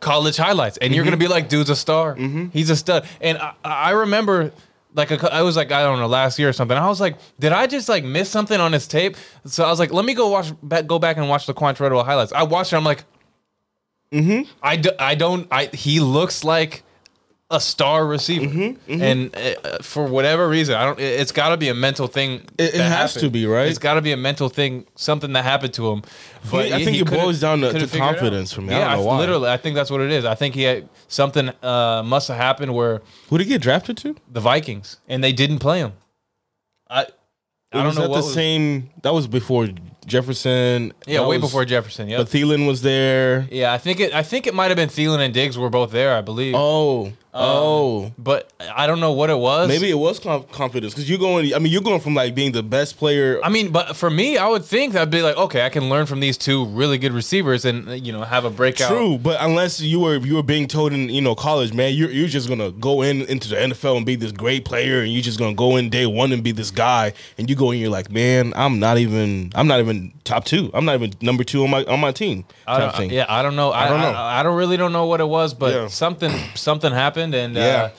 college highlights, and you're gonna be like, "Dude's a star. He's a stud." And I, I remember. Like a cou- I was like I don't know last year or something. I was like, did I just like miss something on his tape? So I was like, let me go watch, back, go back and watch the Quan Treadwell highlights. I watched it. I'm like, I, do, I don't I he looks like a star receiver, and uh, for whatever reason, I don't. It, has got to be a mental thing.
It- it
that
has to be, right?
It's got to be a mental thing, something that happened to him. But
I
he-
think
he
it
couldn't-
boils down to-
couldn't
to
figure it out.
confidence for me. I
Yeah,
don't know why.
literally, I think that's what it is. I think he had something uh, must have happened where
Who did he get drafted to?
the Vikings and they didn't play him. I I don't
was
know
that
what
the
was-
same. That was before Jefferson.
Yeah,
That
way
was-
before Jefferson. Yeah,
But Thielen was there.
yeah. I think it. I think it might have been Thielen and Diggs were both there. I believe.
Oh,
Uh,
oh.
But I don't know what it was.
Maybe it was conf- confidence because you're going. I mean, you're going from like being the best player.
I mean, but for me, I would think that'd be like, okay, I can learn from these two really good receivers and you know have a breakout.
True, but unless you were you were being told in you know college, man, you're you're just gonna go in into the NFL and be this great player, and you're just gonna go in day one and be this guy, and you go in, you're like, man, I'm not even I'm not even top two, I'm not even number two on my on my team.
I
type
don't-
thing.
yeah, I don't know. I,
don't
don't
know.
know. I, I don't really don't know what it was, but
Yeah.
something something happened, and
Yeah.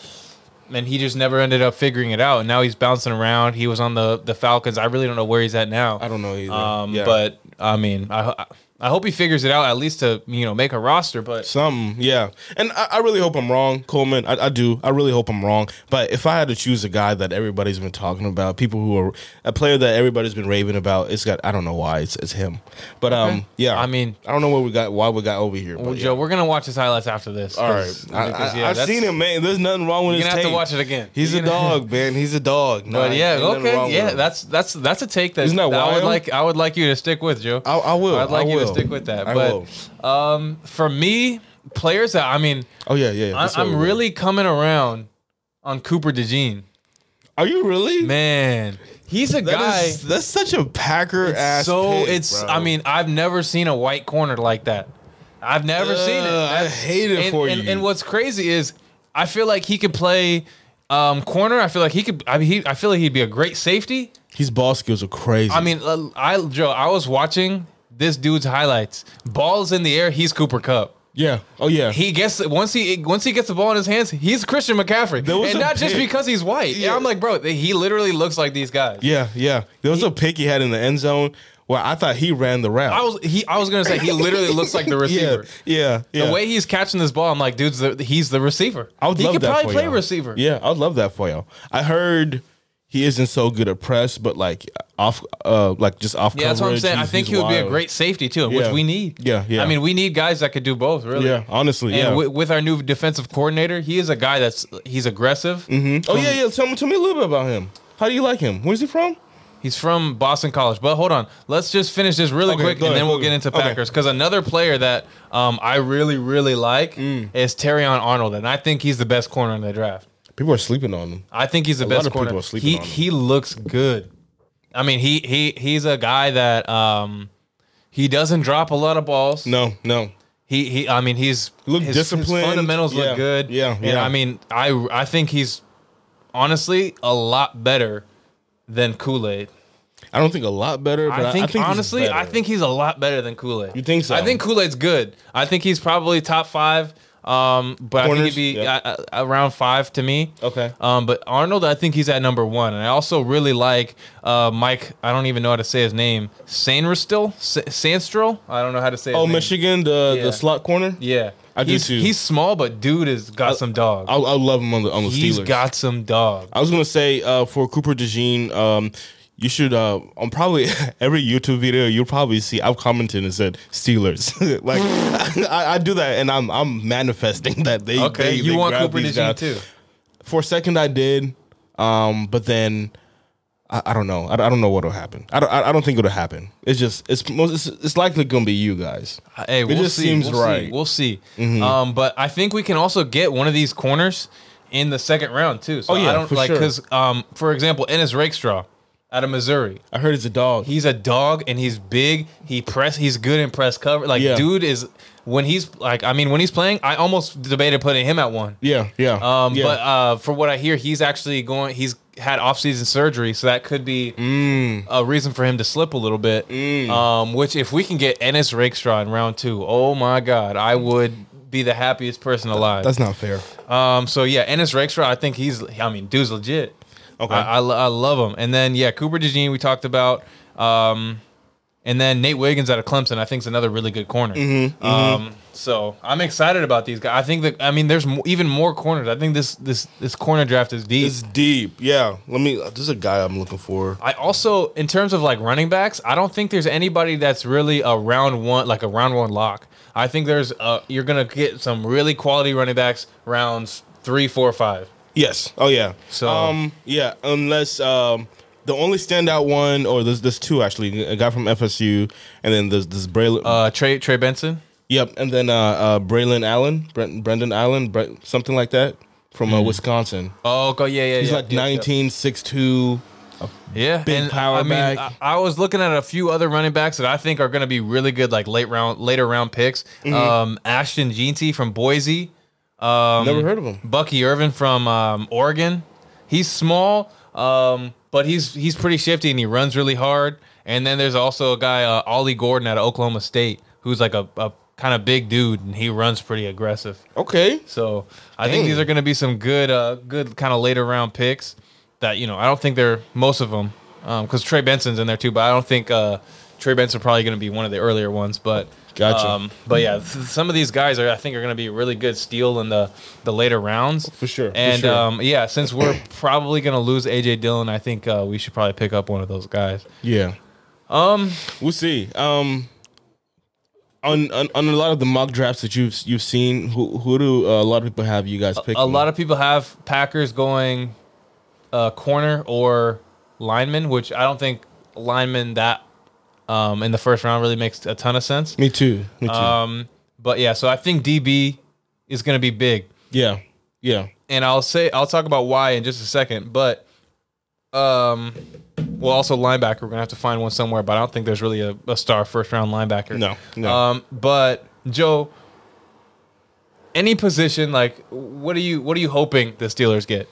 uh, and he just never ended up figuring it out. And now he's bouncing around. He was on the the Falcons. I really don't know where he's at now.
I don't know either.
Um,
Yeah.
but I mean, I, I I hope he figures it out at least to you know make a roster. But
Something, yeah. And I, I really hope I'm wrong, Coleman. I, I do. I really hope I'm wrong. But if I had to choose a guy that everybody's been talking about, people who are a player that everybody's been raving about, it's got I don't know why it's, it's him. But um, yeah.
I mean-
I don't know what we got. Why we got over here? But,
well,
yeah.
Joe, we're gonna watch his highlights after this.
All right.
'Cause-
I,
because,
I,
yeah,
I've
that's-
seen him, man. There's nothing wrong with
You're
his
gonna have to
tape.
watch it again.
He's
You're
a
gonna-
dog, man. He's a dog. No,
But yeah,
ain't nothing wrong
okay,
with
yeah,
him.
that's that's that's a take that
Isn't that
I would
wild?
like. I would like you to stick with Joe.
I, I will.
I'd like
I
you to
will.
stick with that.
I will.
but um, for me, players that I mean,
Oh yeah, yeah. yeah.
I,
That's what
I'm
we were.
really coming around on Cooper DeJean.
Are you really?
Man, he's a guy.
That is, that's such a Packer ass.
so
pick,
it's.
bro.
I mean, I've never seen a white corner like that. I've never seen it.
Ugh, I
That's-
hate it
and,
for
and,
you.
And what's crazy is, I feel like he could play um, corner. I feel like he could. I mean, he, I feel like he'd be a great safety.
his ball skills are crazy.
I mean, uh, I Joe, I was watching this dude's highlights. Balls in the air, he's Cooper Cup.
yeah. Oh yeah.
He gets once he once he gets the ball in his hands, he's Christian McCaffrey,
There was
and
a
not just
pick.
because he's white. Yeah.
Yeah.
I'm like, bro, he literally looks like these guys.
yeah, yeah. There was a pick he had in the end zone where I thought he ran the route.
I was he I was gonna say he literally looks like the
yeah,
receiver.
yeah, yeah.
The way he's catching this ball, I'm like, dude's the, he's the receiver.
I would
he
love
could
that
probably
for
play
y'all.
receiver.
Yeah, I'd love that for y'all. I heard he isn't so good at press, but like off, uh, like just off.
Yeah, that's what I'm
coverage,
saying. I
he's-
think
he's
he would be a
wild.
great safety too,
Yeah.
which we need.
Yeah, yeah.
I mean, we need guys that could do both, really.
Yeah, honestly,
And
yeah.
with, with our new defensive coordinator, he is a guy that's he's aggressive.
oh yeah, yeah. Tell me, tell me a little bit about him. How do you like him? Where's he from?
He's from Boston College. But hold on, let's just finish this really
Okay,
quick,
go
and
ahead,
then we'll
go
get
ahead.
into
Okay.
Packers because another player that um, I really really like
Mm.
is Terrion Arnold, and I think he's the best corner in the draft.
People are sleeping on him.
I think he's the
lot
best
of people
corner.
are sleeping
He
on him.
he looks good. I mean, he he he's a guy that um, he doesn't drop a lot of balls.
No, no.
He he. I mean, he's
Look
his,
disciplined.
His fundamentals
Yeah,
look good.
yeah,
And
yeah.
I mean, I I think he's honestly a lot better than Kool Aid.
I don't think a lot better. But
I think,
he's
honestly, I
better.
think he's a lot better than Kool Aid.
You think so?
I think Kool Aid's good. I think he's probably top five. Um, but I
Corners?
think he'd be
Yeah.
uh, uh, around five to me.
Okay.
Um, but Arnold, I think he's at number one, and I also really like uh Mike. I don't even know how to say his name. Sanristil, Sandstril. I don't know how to say. His
Oh,
name.
Michigan, the
Yeah.
the slot corner.
Yeah,
I do
he's,
too.
He's small, but dude has got some dog.
I, I love him on the on the
he's
Steelers.
got some dog.
I was gonna say uh, for Cooper DeJean, um, you should uh, on probably every YouTube video you'll probably see. I've commented and said Steelers. like I, I do that, and I'm I'm manifesting that they.
Okay,
they-
you
they
want
grab
Cooper
these
DeJean
guys.
too?
For a second, I did, um, but then. I, I don't know. I, don't- I don't know what'll happen. I don't. I, I don't think it'll happen. It's just. It's most. It's, it's likely gonna be you guys.
Uh, Hey, we'll
just
see.
seems
we'll see.
right. Mm-hmm.
We'll see. Um, but I think we can also get one of these corners in the second round too. So
Oh, yeah,
I don't
for
like
sure.
because um, for example, Ennis Rakestraw out of Missouri,
I heard it's a dog.
he's a dog and he's big. He press. He's good in press cover. Like
Yeah.
dude is when he's like. I mean, when he's playing, I almost debated putting him at one.
yeah. Yeah.
Um,
yeah.
But uh, for what I hear, he's actually going. He's had off-season surgery, so that could be a reason for him to slip a little bit. Um, which, if we can get Ennis Rakestraw in round two, oh my God, I would be the happiest person alive.
that's not fair.
um, so yeah, Ennis Rakestraw, I think he's. I mean, dude's legit.
Okay.
I, I, lo- I love him. And then yeah, Cooper DeJean we talked about. Um, and then Nate Wiggins out of Clemson, I think is another really good corner.
Mm-hmm,
Um, so I'm excited about these guys. I think that I mean, there's mo- even more corners. I think this this this corner draft is deep.
It's deep. Yeah. Let me. There's a guy I'm looking for.
I also, in terms of like running backs, I don't think there's anybody that's really a round one, like a round one lock. I think there's uh you're gonna get some really quality running backs rounds three, four, five.
Yes. Oh yeah.
So-
um yeah, unless um the only standout one or there's there's two actually, a guy from FSU and then there's this Braylon
Uh, Trey Trey Benson.
Yep, and then uh, uh Braylon Allen, Brent, Brendan Allen, Bre- something like that from uh, Wisconsin.
Oh, go Mm. yeah, yeah.
He's
yeah,
like
yeah, yeah.
19, 6'2".
Yeah,
Big power
I mean,
back.
I, I was looking at a few other running backs that I think are going to be really good, like late round, later round picks.
Mm-hmm.
Um, Ashton Jeanty from Boise,
Never
Um,
heard of him.
Bucky Irvin from um, Oregon. He's small, um, but he's he's pretty shifty and he runs really hard. And then there's also a guy, uh, Ollie Gordon out of Oklahoma State, who's like a, a kind of big dude and he runs pretty aggressive.
Okay.
So I think
Dang.
these are going to be some good, uh, good kind of later round um, picks. That you know, I don't think they're most of them because Trey Benson's in there too, but I don't think uh, Trey Benson probably going to be one of the earlier ones, but um,
Gotcha.
but yeah, th- some of these guys are I think are going to be really good steal in the the later rounds
For sure, for
And
sure.
Um, yeah, since we're probably going to lose AJ Dillon, I think uh, we should probably pick up one of those guys.
Yeah. Um, we'll see. Um, on, on on a lot of the mock drafts that you've you've seen, who who do uh, a lot of people have you guys pick?
A lot of people have Packers going uh, corner or lineman, which I don't think lineman that um, in the first round really makes a ton of sense.
me too. Me too.
Um, but yeah, so I think DB is going to be big,
yeah. Yeah.
and I'll say I'll talk about why in just a second. But um, well, also linebacker, we're gonna have to find one somewhere. But I don't think there's really a, a star first round linebacker.
No, no.
Um, but Joe, any position like what are you what are you hoping the Steelers get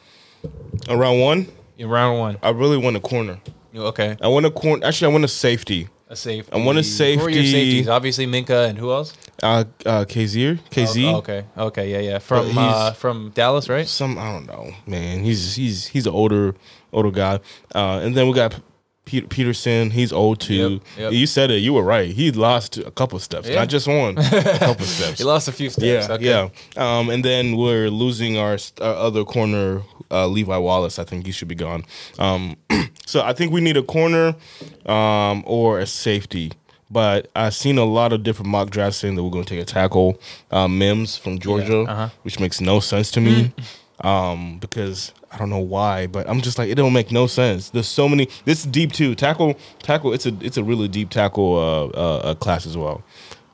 Around one,
in round one?
I really want a corner.
Okay,
I want a corner. Actually, I want a safety.
a safety.
Oh, I want a
Who are your
safety.
safeties? Obviously Minka and who else?
Uh, uh, Kazir, KZ.
Oh, okay, okay, yeah, yeah, from
he's-
uh, from Dallas, right?
Some I don't know, man. He's he's he's an older older guy. Uh, and then we got Peter, Peterson. He's old too.
Yep, yep.
You said it. You were right. He lost a couple steps,
Yeah.
not just one. a couple steps.
He lost a few steps.
Yeah,
okay.
yeah. Um, and then we're losing our, st- our other corner, uh, Levi Wallace. I think he should be gone. Um, so I think we need a corner um, or a safety. But I've seen a lot of different mock drafts saying that we're going to take a tackle, uh, Mims from Georgia,
uh-huh. Mm-hmm.
which makes no sense to me. Um, because I don't know why, but I'm just like it don't make no sense. There's so many. This is deep too. Tackle, tackle. It's a it's a really deep tackle uh, uh, uh, class as well.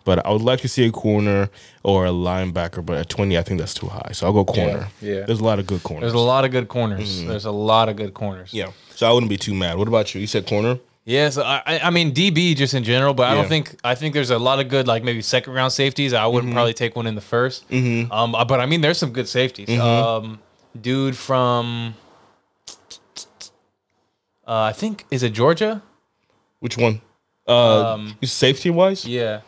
But I would like to see a corner or a linebacker. But at 20, I think that's too high. So I'll go corner.
Yeah, yeah.
There's a lot of good corners.
There's a lot of good corners. There's a lot of good corners.
Mm-hmm. yeah. So I wouldn't be too mad. What about you? You said corner.
Yeah, so I, I- I mean DB just in general, but I
Yeah.
don't think I think there's a lot of good like maybe second round safeties. I
Mm-hmm.
wouldn't probably take one in the 1st Um, uh, but I mean there's some good safeties.
Mm-hmm.
Um, dude from uh, I think is it Georgia?
Which one? Uh,
Um,
safety wise.
Yeah,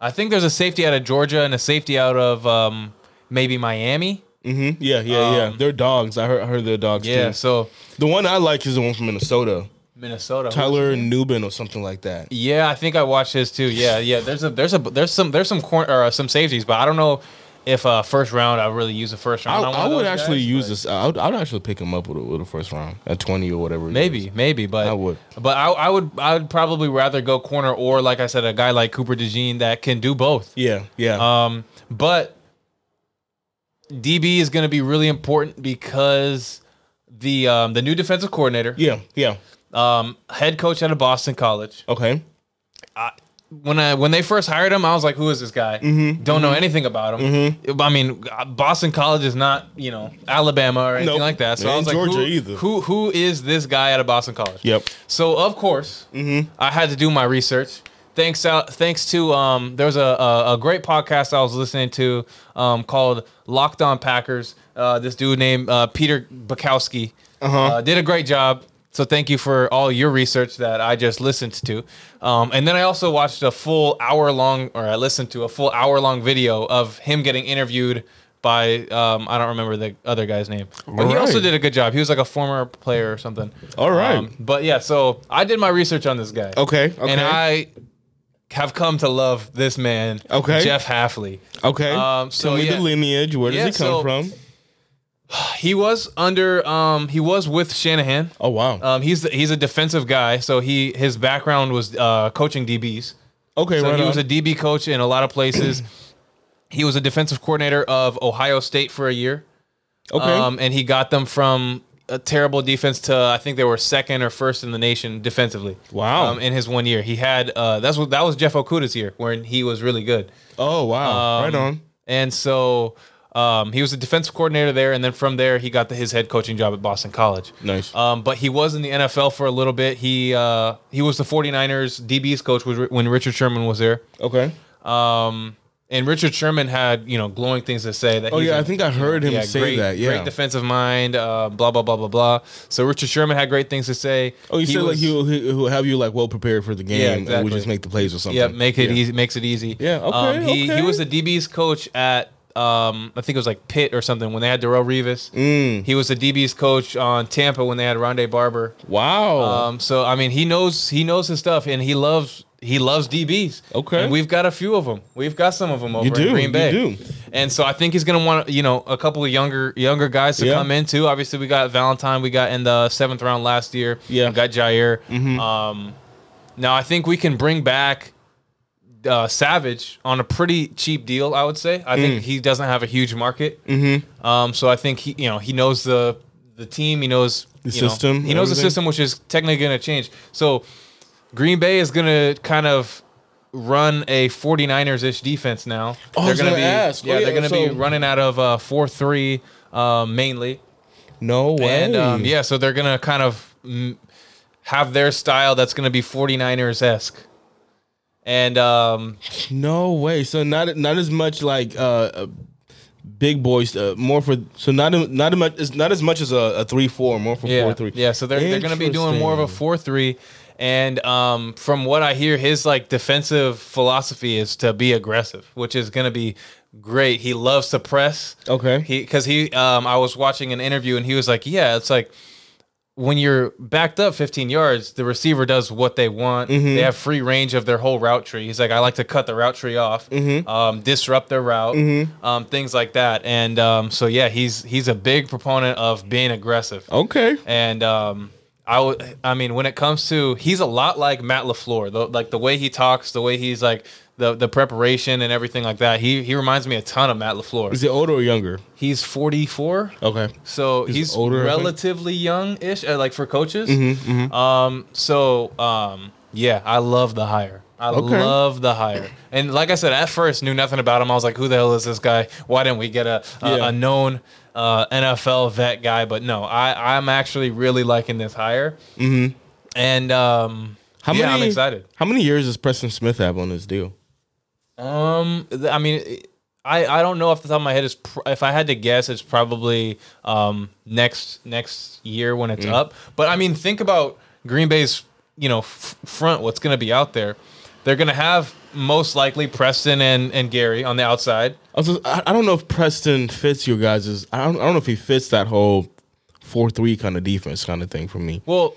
I think there's a safety out of Georgia and a safety out of um, maybe Miami.
hmm Yeah, yeah, yeah.
Um,
They're dogs. I heard. I heard they're dogs.
Yeah,
Too.
so
The one I like is the one from Minnesota,
Minnesota. Who-
Tyler Newbin or something like that.
Yeah, I think I watched his too. Yeah, yeah. There's a there's a there's some there's some corn or uh, some safeties, but I don't know if uh first round I really use a first
I,
round. on one
I
of
would
those
actually
guys,
use
but-
this. I would, I would actually pick him up with a, with a first round at twenty or whatever. it
Maybe,
is.
maybe, but
I would.
But I, I would I would probably rather go corner or like I said, a guy like Cooper DeJean that can do both.
Yeah, yeah,
Um, but DB is going to be really important because the um the new defensive coordinator,
yeah, yeah.
um, head coach out of Boston College.
Okay.
when I when they first hired him, I was like, "Who is this guy? Don't know anything about him." I mean, Boston College is not you know Alabama or anything
Nope.
like that. So I
Ain't
was like,
Georgia
who,
either.
who who is this guy out of Boston College?"
Yep.
So of course, I had to do my research. Thanks out thanks to um, there was a, a a great podcast I was listening to um, called Locked On Packers. Uh, this dude named uh, Peter Bukowski uh, did a great job. So thank you for all your research that I just listened to. Um, and then I also watched a full hour long, or I listened to a full hour long video of him getting interviewed by um, I don't remember the other guy's name, but he also
Alright.
did a good job. He was like a former player or something. Um,
All right.
but yeah, so I did my research on this guy.
Okay. Okay.
And I have come to love this man,
Okay.
Jeff Halfley.
okay.
um, so,
Tell me
yeah.
the lineage. Where does
Yeah,
he come
so-
from?
He was under, um, he was with Shanahan.
Oh wow.
Um, he's he's a defensive guy, so he his background was uh, coaching DBs.
okay.
So
right
he was
on.
a DB coach in a lot of places. he was a defensive coordinator of Ohio State for a year.
okay.
Um, and he got them from a terrible defense to I think they were second or first in the nation defensively.
Wow.
Um, in his one year, he had uh, that's what that was Jeff Okuda's year when he was really good.
oh wow. right
um,
on.
And so um, he was a defensive coordinator there, and then from there he got the, his head coaching job at Boston College.
Nice.
Um, but he was in the NFL for a little bit. He uh, he was the 49ers DBs coach with- when Richard Sherman was there.
okay.
Um, and Richard Sherman had you know glowing things to say that.
Oh
he's
yeah,
a-
I think I heard him
yeah,
say
great,
that. Yeah.
great defensive mind. Uh, blah blah blah blah blah. So Richard Sherman had great things to say.
oh, you
He
said like
was-
he'll he- he'll have you like well prepared for the game, and
exactly.
we just make the plays or something.
Yeah, make it
yeah.
easy. Makes it easy.
Yeah, okay,
Um, he
okay.
he was the DBs coach at um I think it was like Pitt or something when they had Darrell Revis.
Mm.
He was the DBs coach on Tampa when they had Rondé Barber.
Wow.
Um, so I mean, he knows he knows his stuff, and he loves he loves DBs.
Okay.
And we've got a few of them. We've got some of them over
do,
in
you
Green Bay.
do.
And so I think he's gonna want you know a couple of younger younger guys to
Yeah.
come in too. Obviously, we got Valentine. We got in the seventh round last year.
Yeah. Mm-hmm.
We got Jair. Um, now I think we can bring back uh, Savage on a pretty cheap deal. I would say. I
Mm.
think he doesn't have a huge market. Mm-hmm. Um, so I think he you know he knows the the team. He knows the
system,
he knows the
everything.
system, which is technically gonna change. So Green Bay is going to kind of run a 49ers ish defense now.
I was
gonna
gonna
be,
ask.
Yeah,
Oh,
they're
yeah,
going to
so-
be running out of uh, 4 3 uh, mainly.
No way.
And um, yeah, so they're going to kind of mm, have their style that's going to be 49ers esque. And um,
No way. So not not as much like uh, uh, big boys. Uh, more for so not not as much it's not as much as a, a three four. More for
yeah,
four three.
yeah, so they're, they're going to be doing more of a 4 3. And um, from what I hear, his like defensive philosophy is to be aggressive, which is going to be great. He loves to press.
Okay.
he because he um i was watching an interview and he was like yeah it's like when you're backed up 15 yards the receiver does what they want
Mm-hmm.
they have free range of their whole route tree he's like i like to cut the route tree off
Mm-hmm.
um, disrupt their route um, things like that and um, so yeah he's he's a big proponent of being aggressive
okay.
and um, I would, I mean, when it comes to, he's a lot like Matt Lafleur. The, like the way he talks, the way he's like the the preparation and everything like that. He he reminds me a ton of Matt Lafleur.
Is it older or younger?
He's forty four,
Okay.
so he's,
He's older, I think. Mm-hmm,
relatively young ish, uh, like for coaches. Um, so um, yeah, I love the hire. I
Okay.
love the hire. And like I said, at first knew nothing about him. I was like, who the hell is this guy? Why didn't we get a a,
Yeah.
a known uh, NFL vet guy? But no, I I'm actually really liking this hire. Mm-hmm. And um,
How
yeah,
many?
I'm excited.
How many years does Preston Smith have on this deal?
Um, th- I mean, it- I I don't know off the top of my head. Is pr- if I had to guess, it's probably um next next year when
Mm.
it's up. But I mean, think about Green Bay's you know f- front. What's going to be out there? They're going to have most likely Preston and and Gary on the outside.
Also, I, I don't know if Preston fits your guys'. I don't, I don't know if he fits that whole four three kind of defense kind of thing for me.
Well,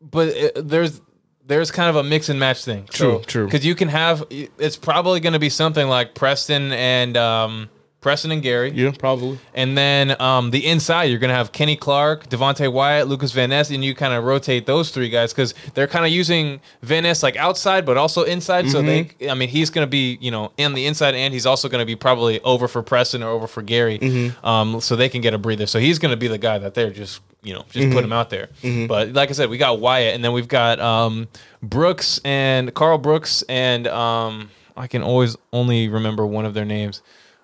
but uh there's there's kind of a mix and match thing.
True, true.
Because you can have it's probably going to be something like Preston and um Preston and Gary.
Yeah, probably.
And then um, the inside, you're going to have Kenny Clark, Devontae Wyatt, Lucas Van Ness, and you kind of rotate those three guys because they're kind of using Van Ness like outside, but also inside. So they, I mean, he's going to be, you know, in the inside, and he's also going to be probably over for Preston or over for Gary. Um, so they can get a breather. So he's going to be the guy that they're just, you know, just put him out there. But like I said, we got Wyatt, and then we've got um, Brooks and Carl Brooks, and um, I can always only remember one of their names.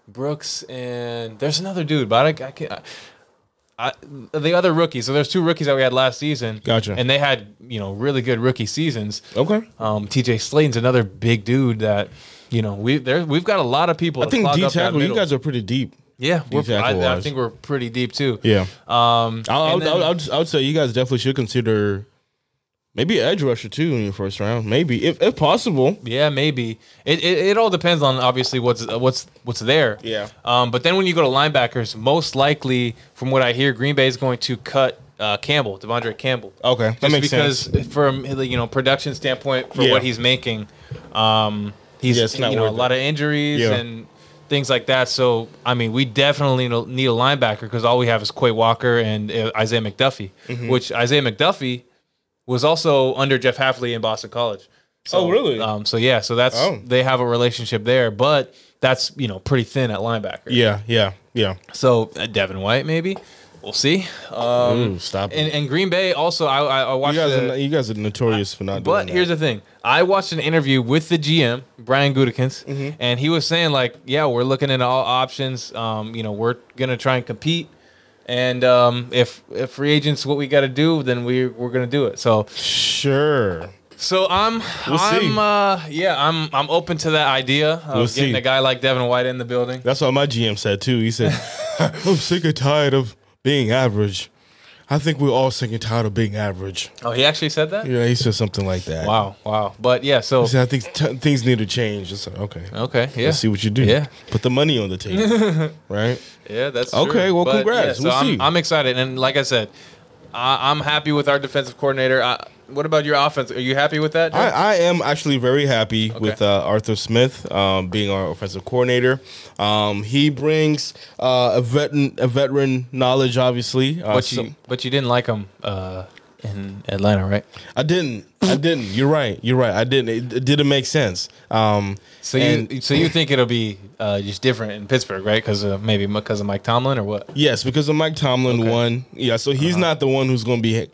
Brooks and there's another dude, but I, I can't. I, I, the other rookies. So there's two rookies that we had last season.
Gotcha.
And they had you know really good rookie seasons.
Okay.
Um, T.J. Slayton's another big dude that you know we there we've got a lot of people.
I think D tackle. You guys
Are,
are pretty deep.
yeah, we're, I, I
tackle-wise.
think we're pretty deep too.
Yeah.
Um,
I, I,
and
would-
then-
I, would- I, would, I would say you guys definitely should consider maybe edge rusher too in your first round. Maybe if, if possible.
Yeah, maybe. It, it it all depends on obviously what's what's what's there.
Yeah.
Um, but then when you go to linebackers, most likely, from what I hear, Green Bay is going to cut uh, Campbell, Devondre Campbell.
Okay, that
Just
makes
because
sense.
from you know production standpoint for
Yeah.
what he's making, um, he's
Yeah, it's not
you know a
worth it.
lot of injuries
Yeah.
and things like that. So I mean, we definitely no- need a linebacker because all we have is Quay Walker and uh, Isaiah McDuffie,
Mm-hmm.
which Isaiah McDuffie was also under Jeff Halfley in Boston College. So,
Oh, really?
Um, so yeah, so that's
Oh.
they have a relationship there, but that's you know pretty thin at linebacker.
Yeah, yeah, yeah.
So uh, Devin White maybe, we'll see. Um,
Ooh, stop
and
it.
and Green Bay also I I, I watched.
Mm. You guys,
the-
are, no- you guys are notorious for not
but
doing
here's
that.
the thing: I watched an interview with the GM Brian Gutekunst,
Mm-hmm.
and he was saying like, "Yeah, we're looking into all options. Um, you know, we're gonna try and compete, and um, if if free agents what we got to do, then we we're gonna do it." So
Sure.
so I'm
We'll see.
I'm uh, yeah I'm I'm open to that idea of
We'll
getting
see.
a guy like Devin White in the building.
That's what my GM said too. He said, I'm sick and tired of being average. I think we're all sick and tired of being average.
Oh, he actually said that.
Yeah, he said something like that.
Wow, wow. But yeah, so
He said, I think t- things need to change. It's like, okay.
okay, yeah,
Let's see what you do.
Uh, Yeah.
Put the money on the table. right?
yeah, that's
Okay,
true.
well,
But,
congrats.
so
We'll
I'm,
see.
I'm excited, and like I said, I, I'm happy with our defensive coordinator. I, What about your offense? Are you happy with that? Joe?
I, I am actually very happy with uh, Arthur Smith um, being our offensive coordinator. Um, he brings uh, a veteran a veteran knowledge, obviously. Uh,
but
so-
you but you didn't like him uh, in Atlanta, right?
I didn't. I didn't. You're right. You're right. I didn't. It, it didn't make sense. Um,
So
and-
you so you think it'll be uh, just different in Pittsburgh, right? Because of maybe because of Mike Tomlin or what?
Yes, because of Mike Tomlin one. Yeah, so
Uh-huh.
he's not the one who's going to be.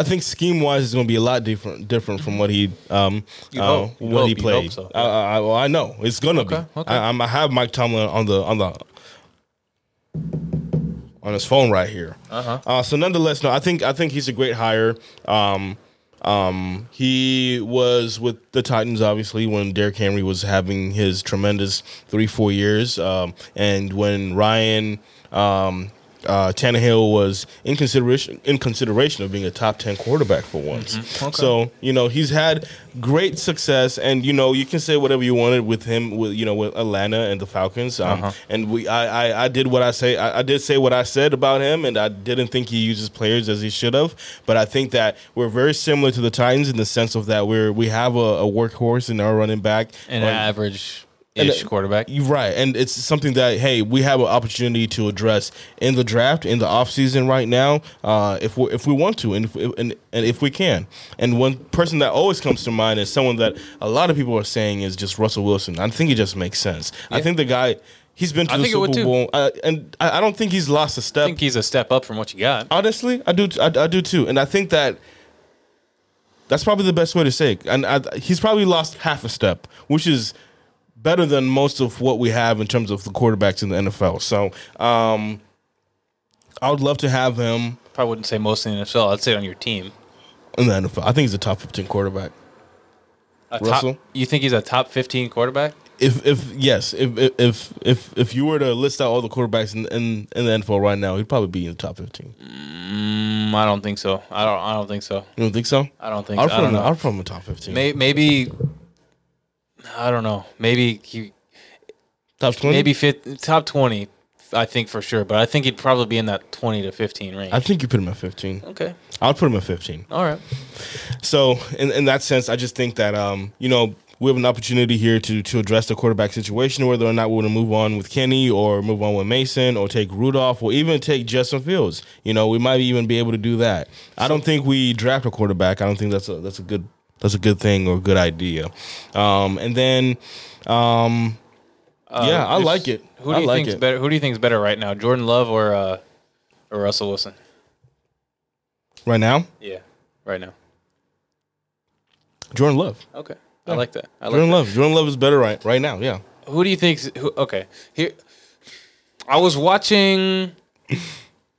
I think scheme wise is going to be a lot different different from what he um
You
uh,
hope. You
what
hope.
he
You
played.
hope so.
I, I, I- well, I know it's going to
Okay,
be.
okay.
I, I'm, I have Mike Tomlin on the on the on his phone right here.
Uh-huh.
Uh, so nonetheless, no, I think I think he's a great hire. Um, um, he was with the Titans obviously when Derrick Henry was having his tremendous three four years, um, and when Ryan um, uh, Tannehill was in consideration in consideration of being a top ten quarterback for once.
Mm-hmm.
So you know he's had great success, and you know you can say whatever you wanted with him with you know with Atlanta and the Falcons. Um, And we I, I I did what I say I, I did say what I said about him, and I didn't think he uses players as he should have. But I think that we're very similar to the Titans in the sense of that we're we have a, a workhorse in our running back
An
Like,
average
And,
ish
uh,
quarterback.
you're right. And it's something that, hey, we have an opportunity to address in the draft, in the offseason right now, uh, if, we, if we want to and if, and, and if we can. And one person that always comes to mind is someone that a lot of people are saying is just Russell Wilson. I think it just makes sense. I think the guy, he's been to
I
the
think it would too.
Super Bowl, uh, and I, I don't think he's lost a
I
step.
think he's a step up from what you got.
Honestly, I do. I, I do too, and I think that that's probably the best way to say it. And I, he's probably lost half a step, which is better than most of what we have in terms of the quarterbacks in the NFL. So, um, I would love to have him
Probably wouldn't say most in the NFL. I'd say on your team.
in the NFL. I think he's a top fifteen quarterback.
A top-
Russell?
you think he's a top fifteen quarterback?
If if yes, if if- if if if you were to list out all the quarterbacks in in, in the NFL right now, he'd probably be in the top fifteen. You
Mm, I don't think so. I don't. I don't think so.
don't think so?
I don't think.
I'm
so. I
from
don't know.
I'm from the top fifteen.
May- Maybe. I don't know. Maybe he,
top twenty.
maybe fifth, top twenty. I think for sure, but I think he'd probably be in that twenty to fifteen range.
I think you put him at fifteen.
okay.
I'll put him at fifteen.
All right.
So in, in that sense, I just think that um, you know we have an opportunity here to to address the quarterback situation, whether or not we want to move on with Kenny or move on with Mason or take Rudolph or even take Justin Fields. You know, we might even be able to do that. I don't think we draft a quarterback. I don't think that's a that's a good that's a good thing or a good idea. Um, and then um, yeah, I
there's-
like it.
Uh, Who do
I
you
like
think's
it.
better? Who do you think's better right now, Jordan Love or uh, or Russell Wilson?
right now,
Yeah, right now.
Jordan Love.
Okay, I like that. I like
Jordan
that.
Love. Jordan Love is better right right now. Yeah.
Who do you think's who? Okay, here. I was watching.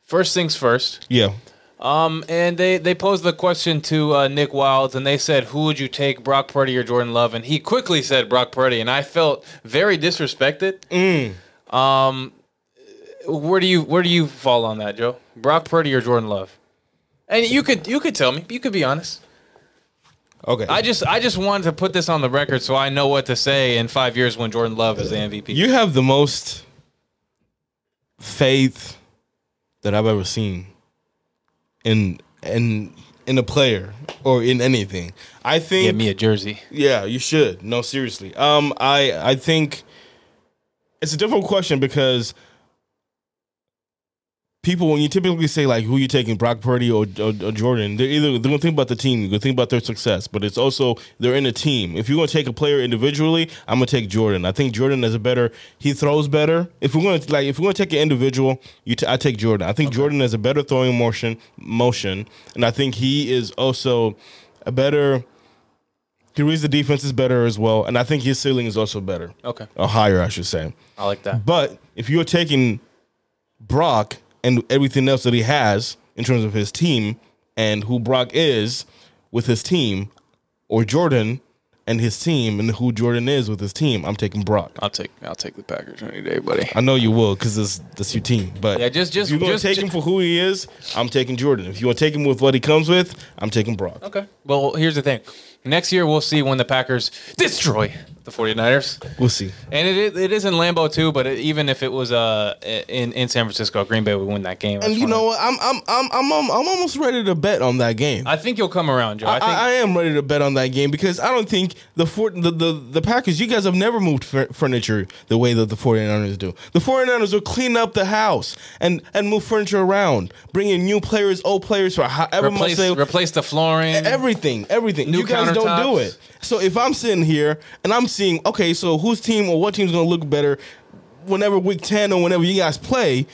First things first.
Yeah.
Um, and they they posed the question to uh, Nick Wilds, and they said, "Who would you take, Brock Purdy or Jordan Love?" And he quickly said Brock Purdy, and I felt very disrespected.
Mm.
Um, where do you where do you fall on that, Joe? Brock Purdy or Jordan Love? And you could you could tell me, you could be honest.
Okay.
I just I just wanted to put this on the record so I know what to say in five years when Jordan Love is the MVP.
You have the most faith that I've ever seen in in in a player or in anything. I think
Get me a jersey.
yeah, you should. No, seriously. Um, I I think it's a difficult question because people, when you typically say like who you taking, Brock Purdy or, or, or Jordan, they're either they're gonna think about the team, they're gonna think about their success, but it's also they're in a team. If you're gonna take a player individually, I'm gonna take Jordan. I think Jordan is a better. He throws better. If we're gonna like if we're gonna take an individual, you t- I take Jordan. I think Jordan has a better throwing motion motion, and I think he is also a better. He reads the defenses better as well, and I think his ceiling is also better,
Okay,
or higher, I should say.
I like that.
But if you're taking Brock and everything else that he has in terms of his team and who Brock is with his team, or Jordan and his team and who Jordan is with his team, I'm taking Brock.
I'll take I'll take the Packers any day, buddy.
I know you will because it's that's your team. But
Yeah, just- just-
if you're gonna
just-
take him for who he is, I'm taking Jordan. If you want to take him with what he comes with, I'm taking Brock.
Okay. Well, here's the thing. Next year, we'll see when the Packers destroy the 49ers.
We'll see.
And it, it is in Lambeau, too, but it, even if it was uh in, in San Francisco, Green Bay would win that game. I just
And you
wanna-
know what? I'm I'm I'm I'm I'm I'm almost ready to bet on that game.
I think you'll come around, Joe. I, think
I, I am ready to bet on that game because I don't think the four, the, the the Packers. You guys have never moved fur- furniture the way that the 49ers do. The 49ers will clean up the house and and move furniture around, bring in new players, old players for however much e-,
replace,
they
replace the flooring.
everything, everything.
Mm. New
you guys don't do
countertops.
it. So if I'm sitting here and I'm seeing, okay, so whose team or what team's going to look better whenever week 10 or whenever you guys play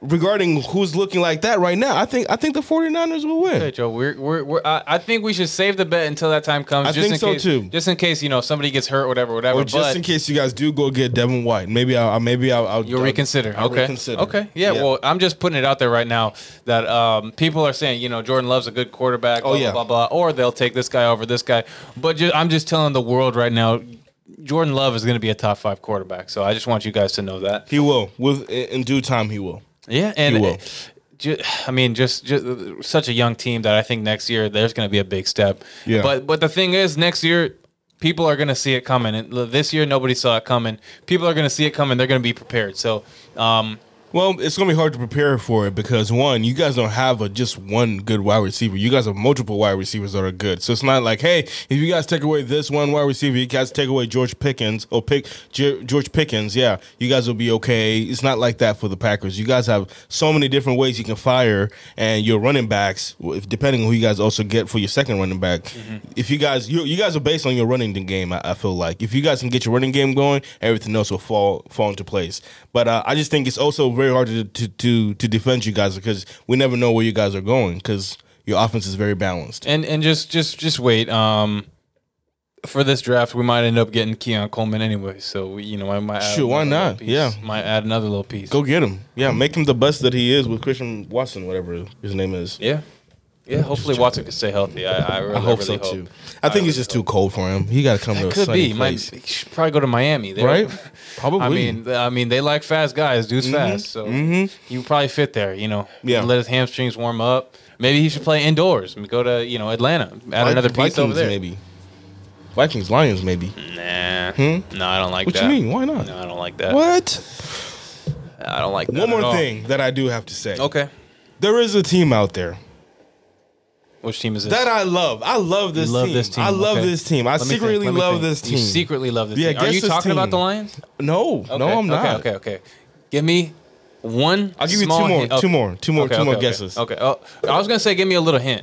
regarding who's looking like that right now, I think I think the 49ers will win.
Okay, Joe, we're, we're, we're, I, I think we should save the bet until that time comes.
I
just
think
in
so,
case,
too.
Just in case you know somebody gets hurt, whatever, whatever.
Or just
but
in case you guys do go get Devin White, maybe I'll I'll- maybe I'll, I'll
You'll
I'll-
reconsider.
I'll
okay.
reconsider.
Okay. Yeah, Well, I'm just putting it out there right now that um, people are saying, you know, Jordan Love's a good quarterback. Blah,
Oh, yeah.
Blah, blah blah. Or they'll take this guy over this guy. But ju- I'm just telling the world right now, Jordan Love is going to be a top five quarterback. So I just want you guys to know that.
he will. With in in due time, he will.
Yeah, and
He will.
ju- I mean, just, ju- such a young team that I think next year there's going to be a big step.
Yeah.
But but the thing is, next year people are going to see it coming. And l- this year nobody saw it coming. People are going to see it coming. They're going to be prepared. So um,
Well, it's gonna be hard to prepare for it because one, you guys don't have a just one good wide receiver. You guys have multiple wide receivers that are good. So it's not like, hey, if you guys take away this one wide receiver, you guys take away George Pickens or pick Ge- George Pickens, yeah, you guys will be okay. It's not like that for the Packers. You guys have so many different ways you can fire, and your running backs, if, depending on who you guys also get for your second running back,
Mm-hmm.
if you guys you you guys are based on your running game. I, I feel like if you guys can get your running game going, everything else will fall fall into place. But uh, I just think it's also very hard to to to, to defend you guys because we never know where you guys are going because your offense is very balanced.
and and just just just wait. Um, for this draft, we might end up getting Keon Coleman anyway. So we, you know, I might add
Sure, why
another little
not?
piece.
Yeah.
might add another little piece.
Go get him, yeah.
Mm-hmm.
Make him the best that he is with Christian Watson, whatever his name is.
Yeah, yeah. Hopefully Watson can stay healthy. I I, really,
I hope
really
so too.
I
I think
really
it's just too cold for him. He got to come to a
Could
sunny
be. Might
place,
he should probably go to Miami, They're-
right? Oh, Probably.
I mean, I mean, they like fast guys. Dude's fast, so you probably fit there. You know,
Mm-hmm. Yeah.
Let his hamstrings warm up. Maybe he should play indoors. Go to you know Atlanta. Add another piece
Vikings
over there.
maybe. Vikings, Lions, maybe. Hmm?
Nah, no, I don't like
What
that.
you mean? Why not?
No, I don't like that.
What?
I don't like that.
One
at
more
all.
thing that I do have to say.
Okay,
There is a team out there
which team is this?
that I love. I love this,
You love
team.
this team,
I love
okay.
this team. I
Let me think,
secretly
let me
love
think.
this team.
You secretly love this
Yeah,
team. Are
guess
you
this
talking about
team.
the Lions?
no, no,
Okay,
I'm not.
Okay, okay, okay. Give me one.
I'll give you two
small
more,
hint. Oh,
two more, two more,
okay,
two
okay,
more
okay.
guesses.
Okay. Oh, I was gonna say, give me a little hint.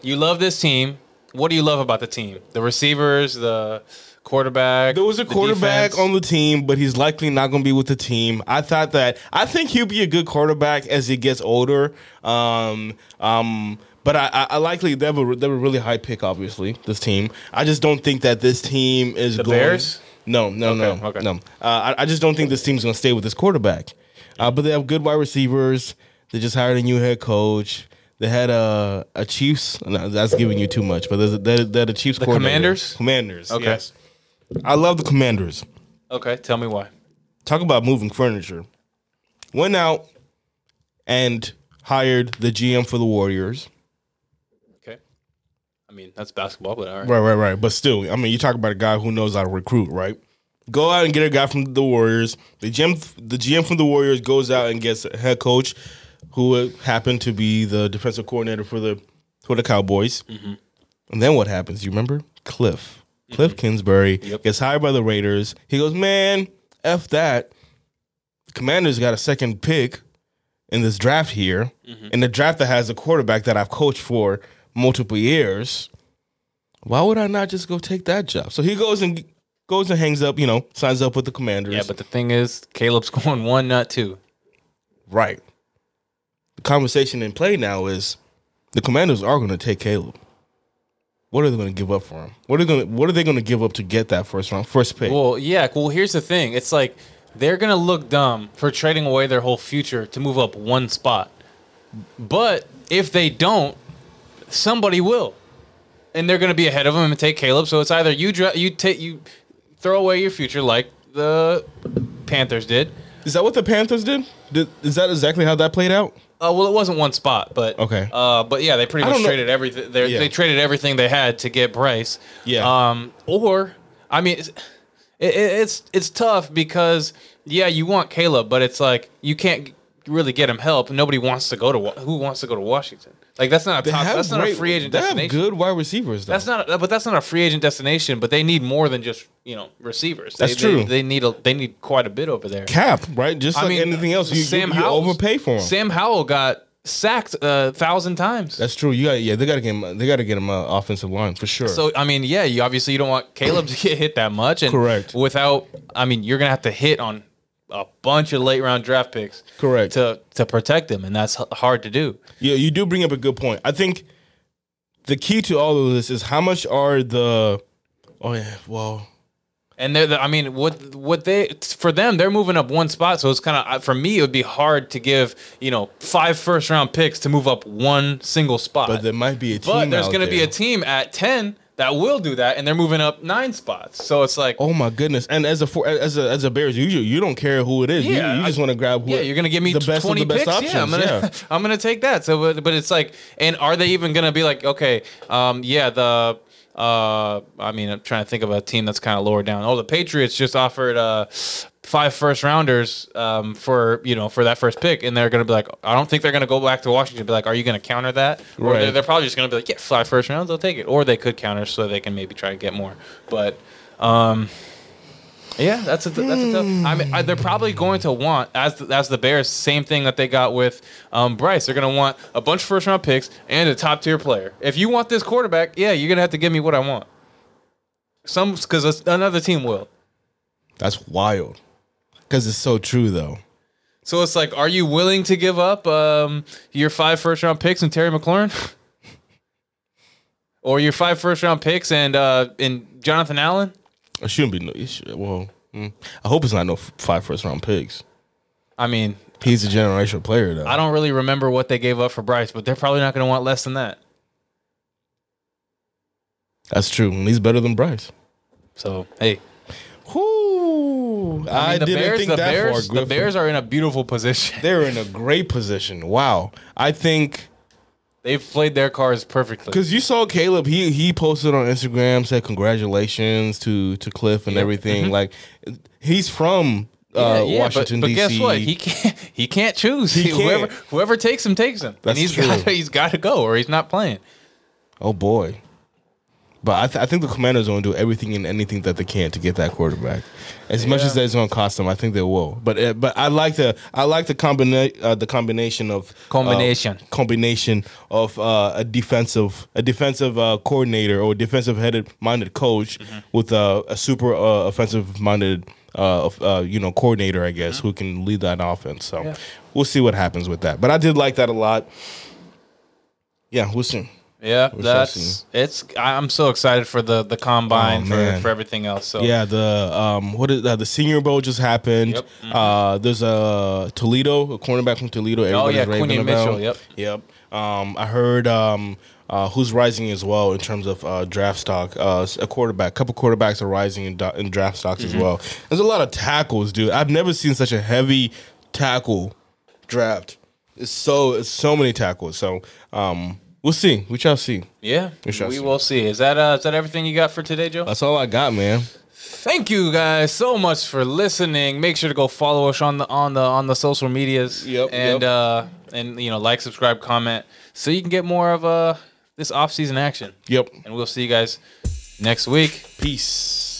You love this team. What do you love about the team? The receivers, the quarterback.
There was a quarterback on the team, but he's likely not going to be with the team. I thought that I think he'll be a good quarterback as he gets older. Um, um, but I, I, I likely they have a they have a really high pick. Obviously, this team. I just don't think that this team is the going.
Bears?
No, no, no,
okay.
no. Uh, I, I just don't think this team's going to stay with this quarterback. Uh, but they have good wide receivers. They just hired a new head coach. They had a a Chiefs. No, that's giving you too much. But there's a, they're, they're the Chiefs. The
Commanders?
Commanders.
Okay.
Yes. I love the Commanders.
Okay, tell me why.
Talk about moving furniture. Went out and hired the GM for the Warriors.
Okay. I mean, that's basketball, but all right.
Right, right, right. But still, I mean, you talk about a guy who knows how to recruit, right? Go out and get a guy from the Warriors. The GM, the GM from the Warriors goes out and gets a head coach who happened to be the defensive coordinator for the for the Cowboys. And then what happens? You remember Cliff, Cliff Kingsbury gets hired by the Raiders. He goes, man, f that. The Commanders got a second pick in this draft here,
Mm-hmm.
in the draft that has a quarterback that I've coached for multiple years why would I not just go take that job? So he goes and goes and hangs up, you know, signs up with the commanders.
Yeah, but the thing is, Caleb's going one, not two.
right. The conversation in play now is the commanders are gonna take Caleb. What are they gonna give up for him? What are they gonna what are they gonna give up to get that first round first pick?
Well, yeah. Well, here's the thing. It's like they're gonna look dumb for trading away their whole future to move up one spot. But if they don't, somebody will, and they're gonna be ahead of them and take Caleb. So it's either you dra- you take you throw away your future like the Panthers did.
is that what the Panthers did? did? Is that exactly how that played out?
Uh, well, it wasn't one spot, but
Okay.
Uh, but yeah, they pretty
I
much
don't know-
traded everything. They
Yeah.
they traded everything they had to get Bryce.
Yeah.
Um, or I mean, it's, it, it- it's it's tough because yeah, you want Caleb, but it's like you can't g- really get him help. Nobody wants to go to Wa- who wants to go to Washington. Like that's not a top, that's not a
great-
free agent
They have
destination.
good wide receivers. Though.
That's not, a, but that's not a free agent destination. But they need more than just you know receivers. They-
That's
they-
true.
They, need a, they need quite a bit over there.
cap, right? Just like anything else, you, you- you,
Howell's-
overpay for them.
Sam Howell got sacked a thousand times.
That's true. You got yeah. They got to get him. They got to get him uh, offensive line for sure.
so I mean, yeah, you obviously you don't want Caleb to get hit that much, and
Correct.
Without, I mean, you're gonna have to hit on a bunch of late round draft picks,
Correct.
to to protect them, and that's h- hard to do.
Yeah, you do bring up a good point. I think the key to all of this is how much are the oh yeah, well
And they're, the, I mean, what what they for them, they're moving up one spot, so it's kind of for me, it would be hard to give you know five first round picks to move up one single spot.
but
But,
there might be a team.
there's
out
going to be
there.
a team at ten that will do that, and they're moving up nine spots. So it's like,
Oh my goodness! And as a for, as a as a Bears, you you don't care who it is. You-
Yeah,
you,
I-
just want to grab who
yeah, you're going to give me
the best of
20
the best
picks.
options.
yeah, I'm gonna
yeah.
I'm gonna take that. So, but, but it's like, and are they even going to be like, okay, um, yeah, the. Uh, I mean, I'm trying to think of a team that's kind of lower down. Oh, the Patriots just offered uh five first rounders um for you know for that first pick, and they're gonna be like, I don't think they're gonna go back to Washington. and Be like, are you gonna counter that? Or
Right.
they're, they're probably just gonna be like, yeah, five first rounds, I'll take it. Or they could counter so they can maybe try to get more. But yeah, that's a that's a tough. I mean, I, they're probably going to want as the, as the Bears same thing that they got with um, Bryce. They're going to want a bunch of first round picks and a top tier player. If you want this quarterback, yeah, you're going to have to give me what I want. Some because another team will.
That's wild, because it's so true though.
So it's like, are you willing to give up um, your five first round picks and Terry McLaurin, or your five first round picks and uh, and Jonathan Allen?
It shouldn't be no. It should, well, mm. I hope it's not no f- five first round picks.
I mean,
He's a generational player though.
I don't really remember what they gave up for Bryce, but they're probably not going to want less than that.
That's true. And he's better than Bryce.
So hey,
Whoo!
I,
I,
mean, the
didn't
Bears,
think
the
that far,
Bears, the
Griffin.
Bears are in a beautiful position.
They're in a great position. Wow. I think
They've played their cards perfectly.
because you saw Caleb, he he posted on Instagram, said congratulations to to Cliff and everything. Like he's from
Mm-hmm.
uh,
Yeah, yeah,
Washington
but, but
D.C.
guess what? He can't. He can't choose.
He can't.
Whoever whoever takes him takes him, and
That's
he's
true.
got he's got to go, or he's not playing.
oh boy. But I, th- I think the Commanders are going to do everything and anything that they can to get that quarterback. As much as
Yeah.
that's going to cost them, I think they will. But uh, but I like the I like the combina- uh, the combination of uh,
Combination.
combination of uh, a defensive a defensive uh, coordinator or defensive headed minded coach
Mm-hmm.
with uh, a super uh, offensive minded uh, of- uh, you know coordinator, I guess, who can lead that offense. So
Mm-hmm. Yeah.
we'll see what happens with that. But I did like that a lot. Yeah, we'll see.
Yeah,
shall
that's it's. I- I'm so excited for the the combine
Oh,
for,
man.
for everything else. So
Yeah, the um, what is uh, the Senior Bowl just happened.
Oh. Yep. Mm-hmm.
Uh, there's a Toledo, a cornerback from Toledo. Everybody's
Oh, yeah,
raving
Quinion
about.
Mitchell, yep.
Yep. Um, I heard um, uh, who's rising as well in terms of uh, draft stock. Uh, a quarterback, couple quarterbacks are rising in, do- in draft stocks
Mm-hmm.
as well. There's a lot of tackles, dude. I've never seen such a heavy tackle draft. It's so it's so many tackles. So um, we'll see. We shall see.
yeah, we,
shall see.
will see. Is that uh, is that everything you got for today, Joe?
That's all I got, man.
Thank you guys so much for listening. Make sure to go follow us on the on the on the social medias.
Yep,
And
yep.
uh and you know, like, subscribe, comment so you can get more of uh this off season action.
Yep.
And we'll see you guys next week.
Peace.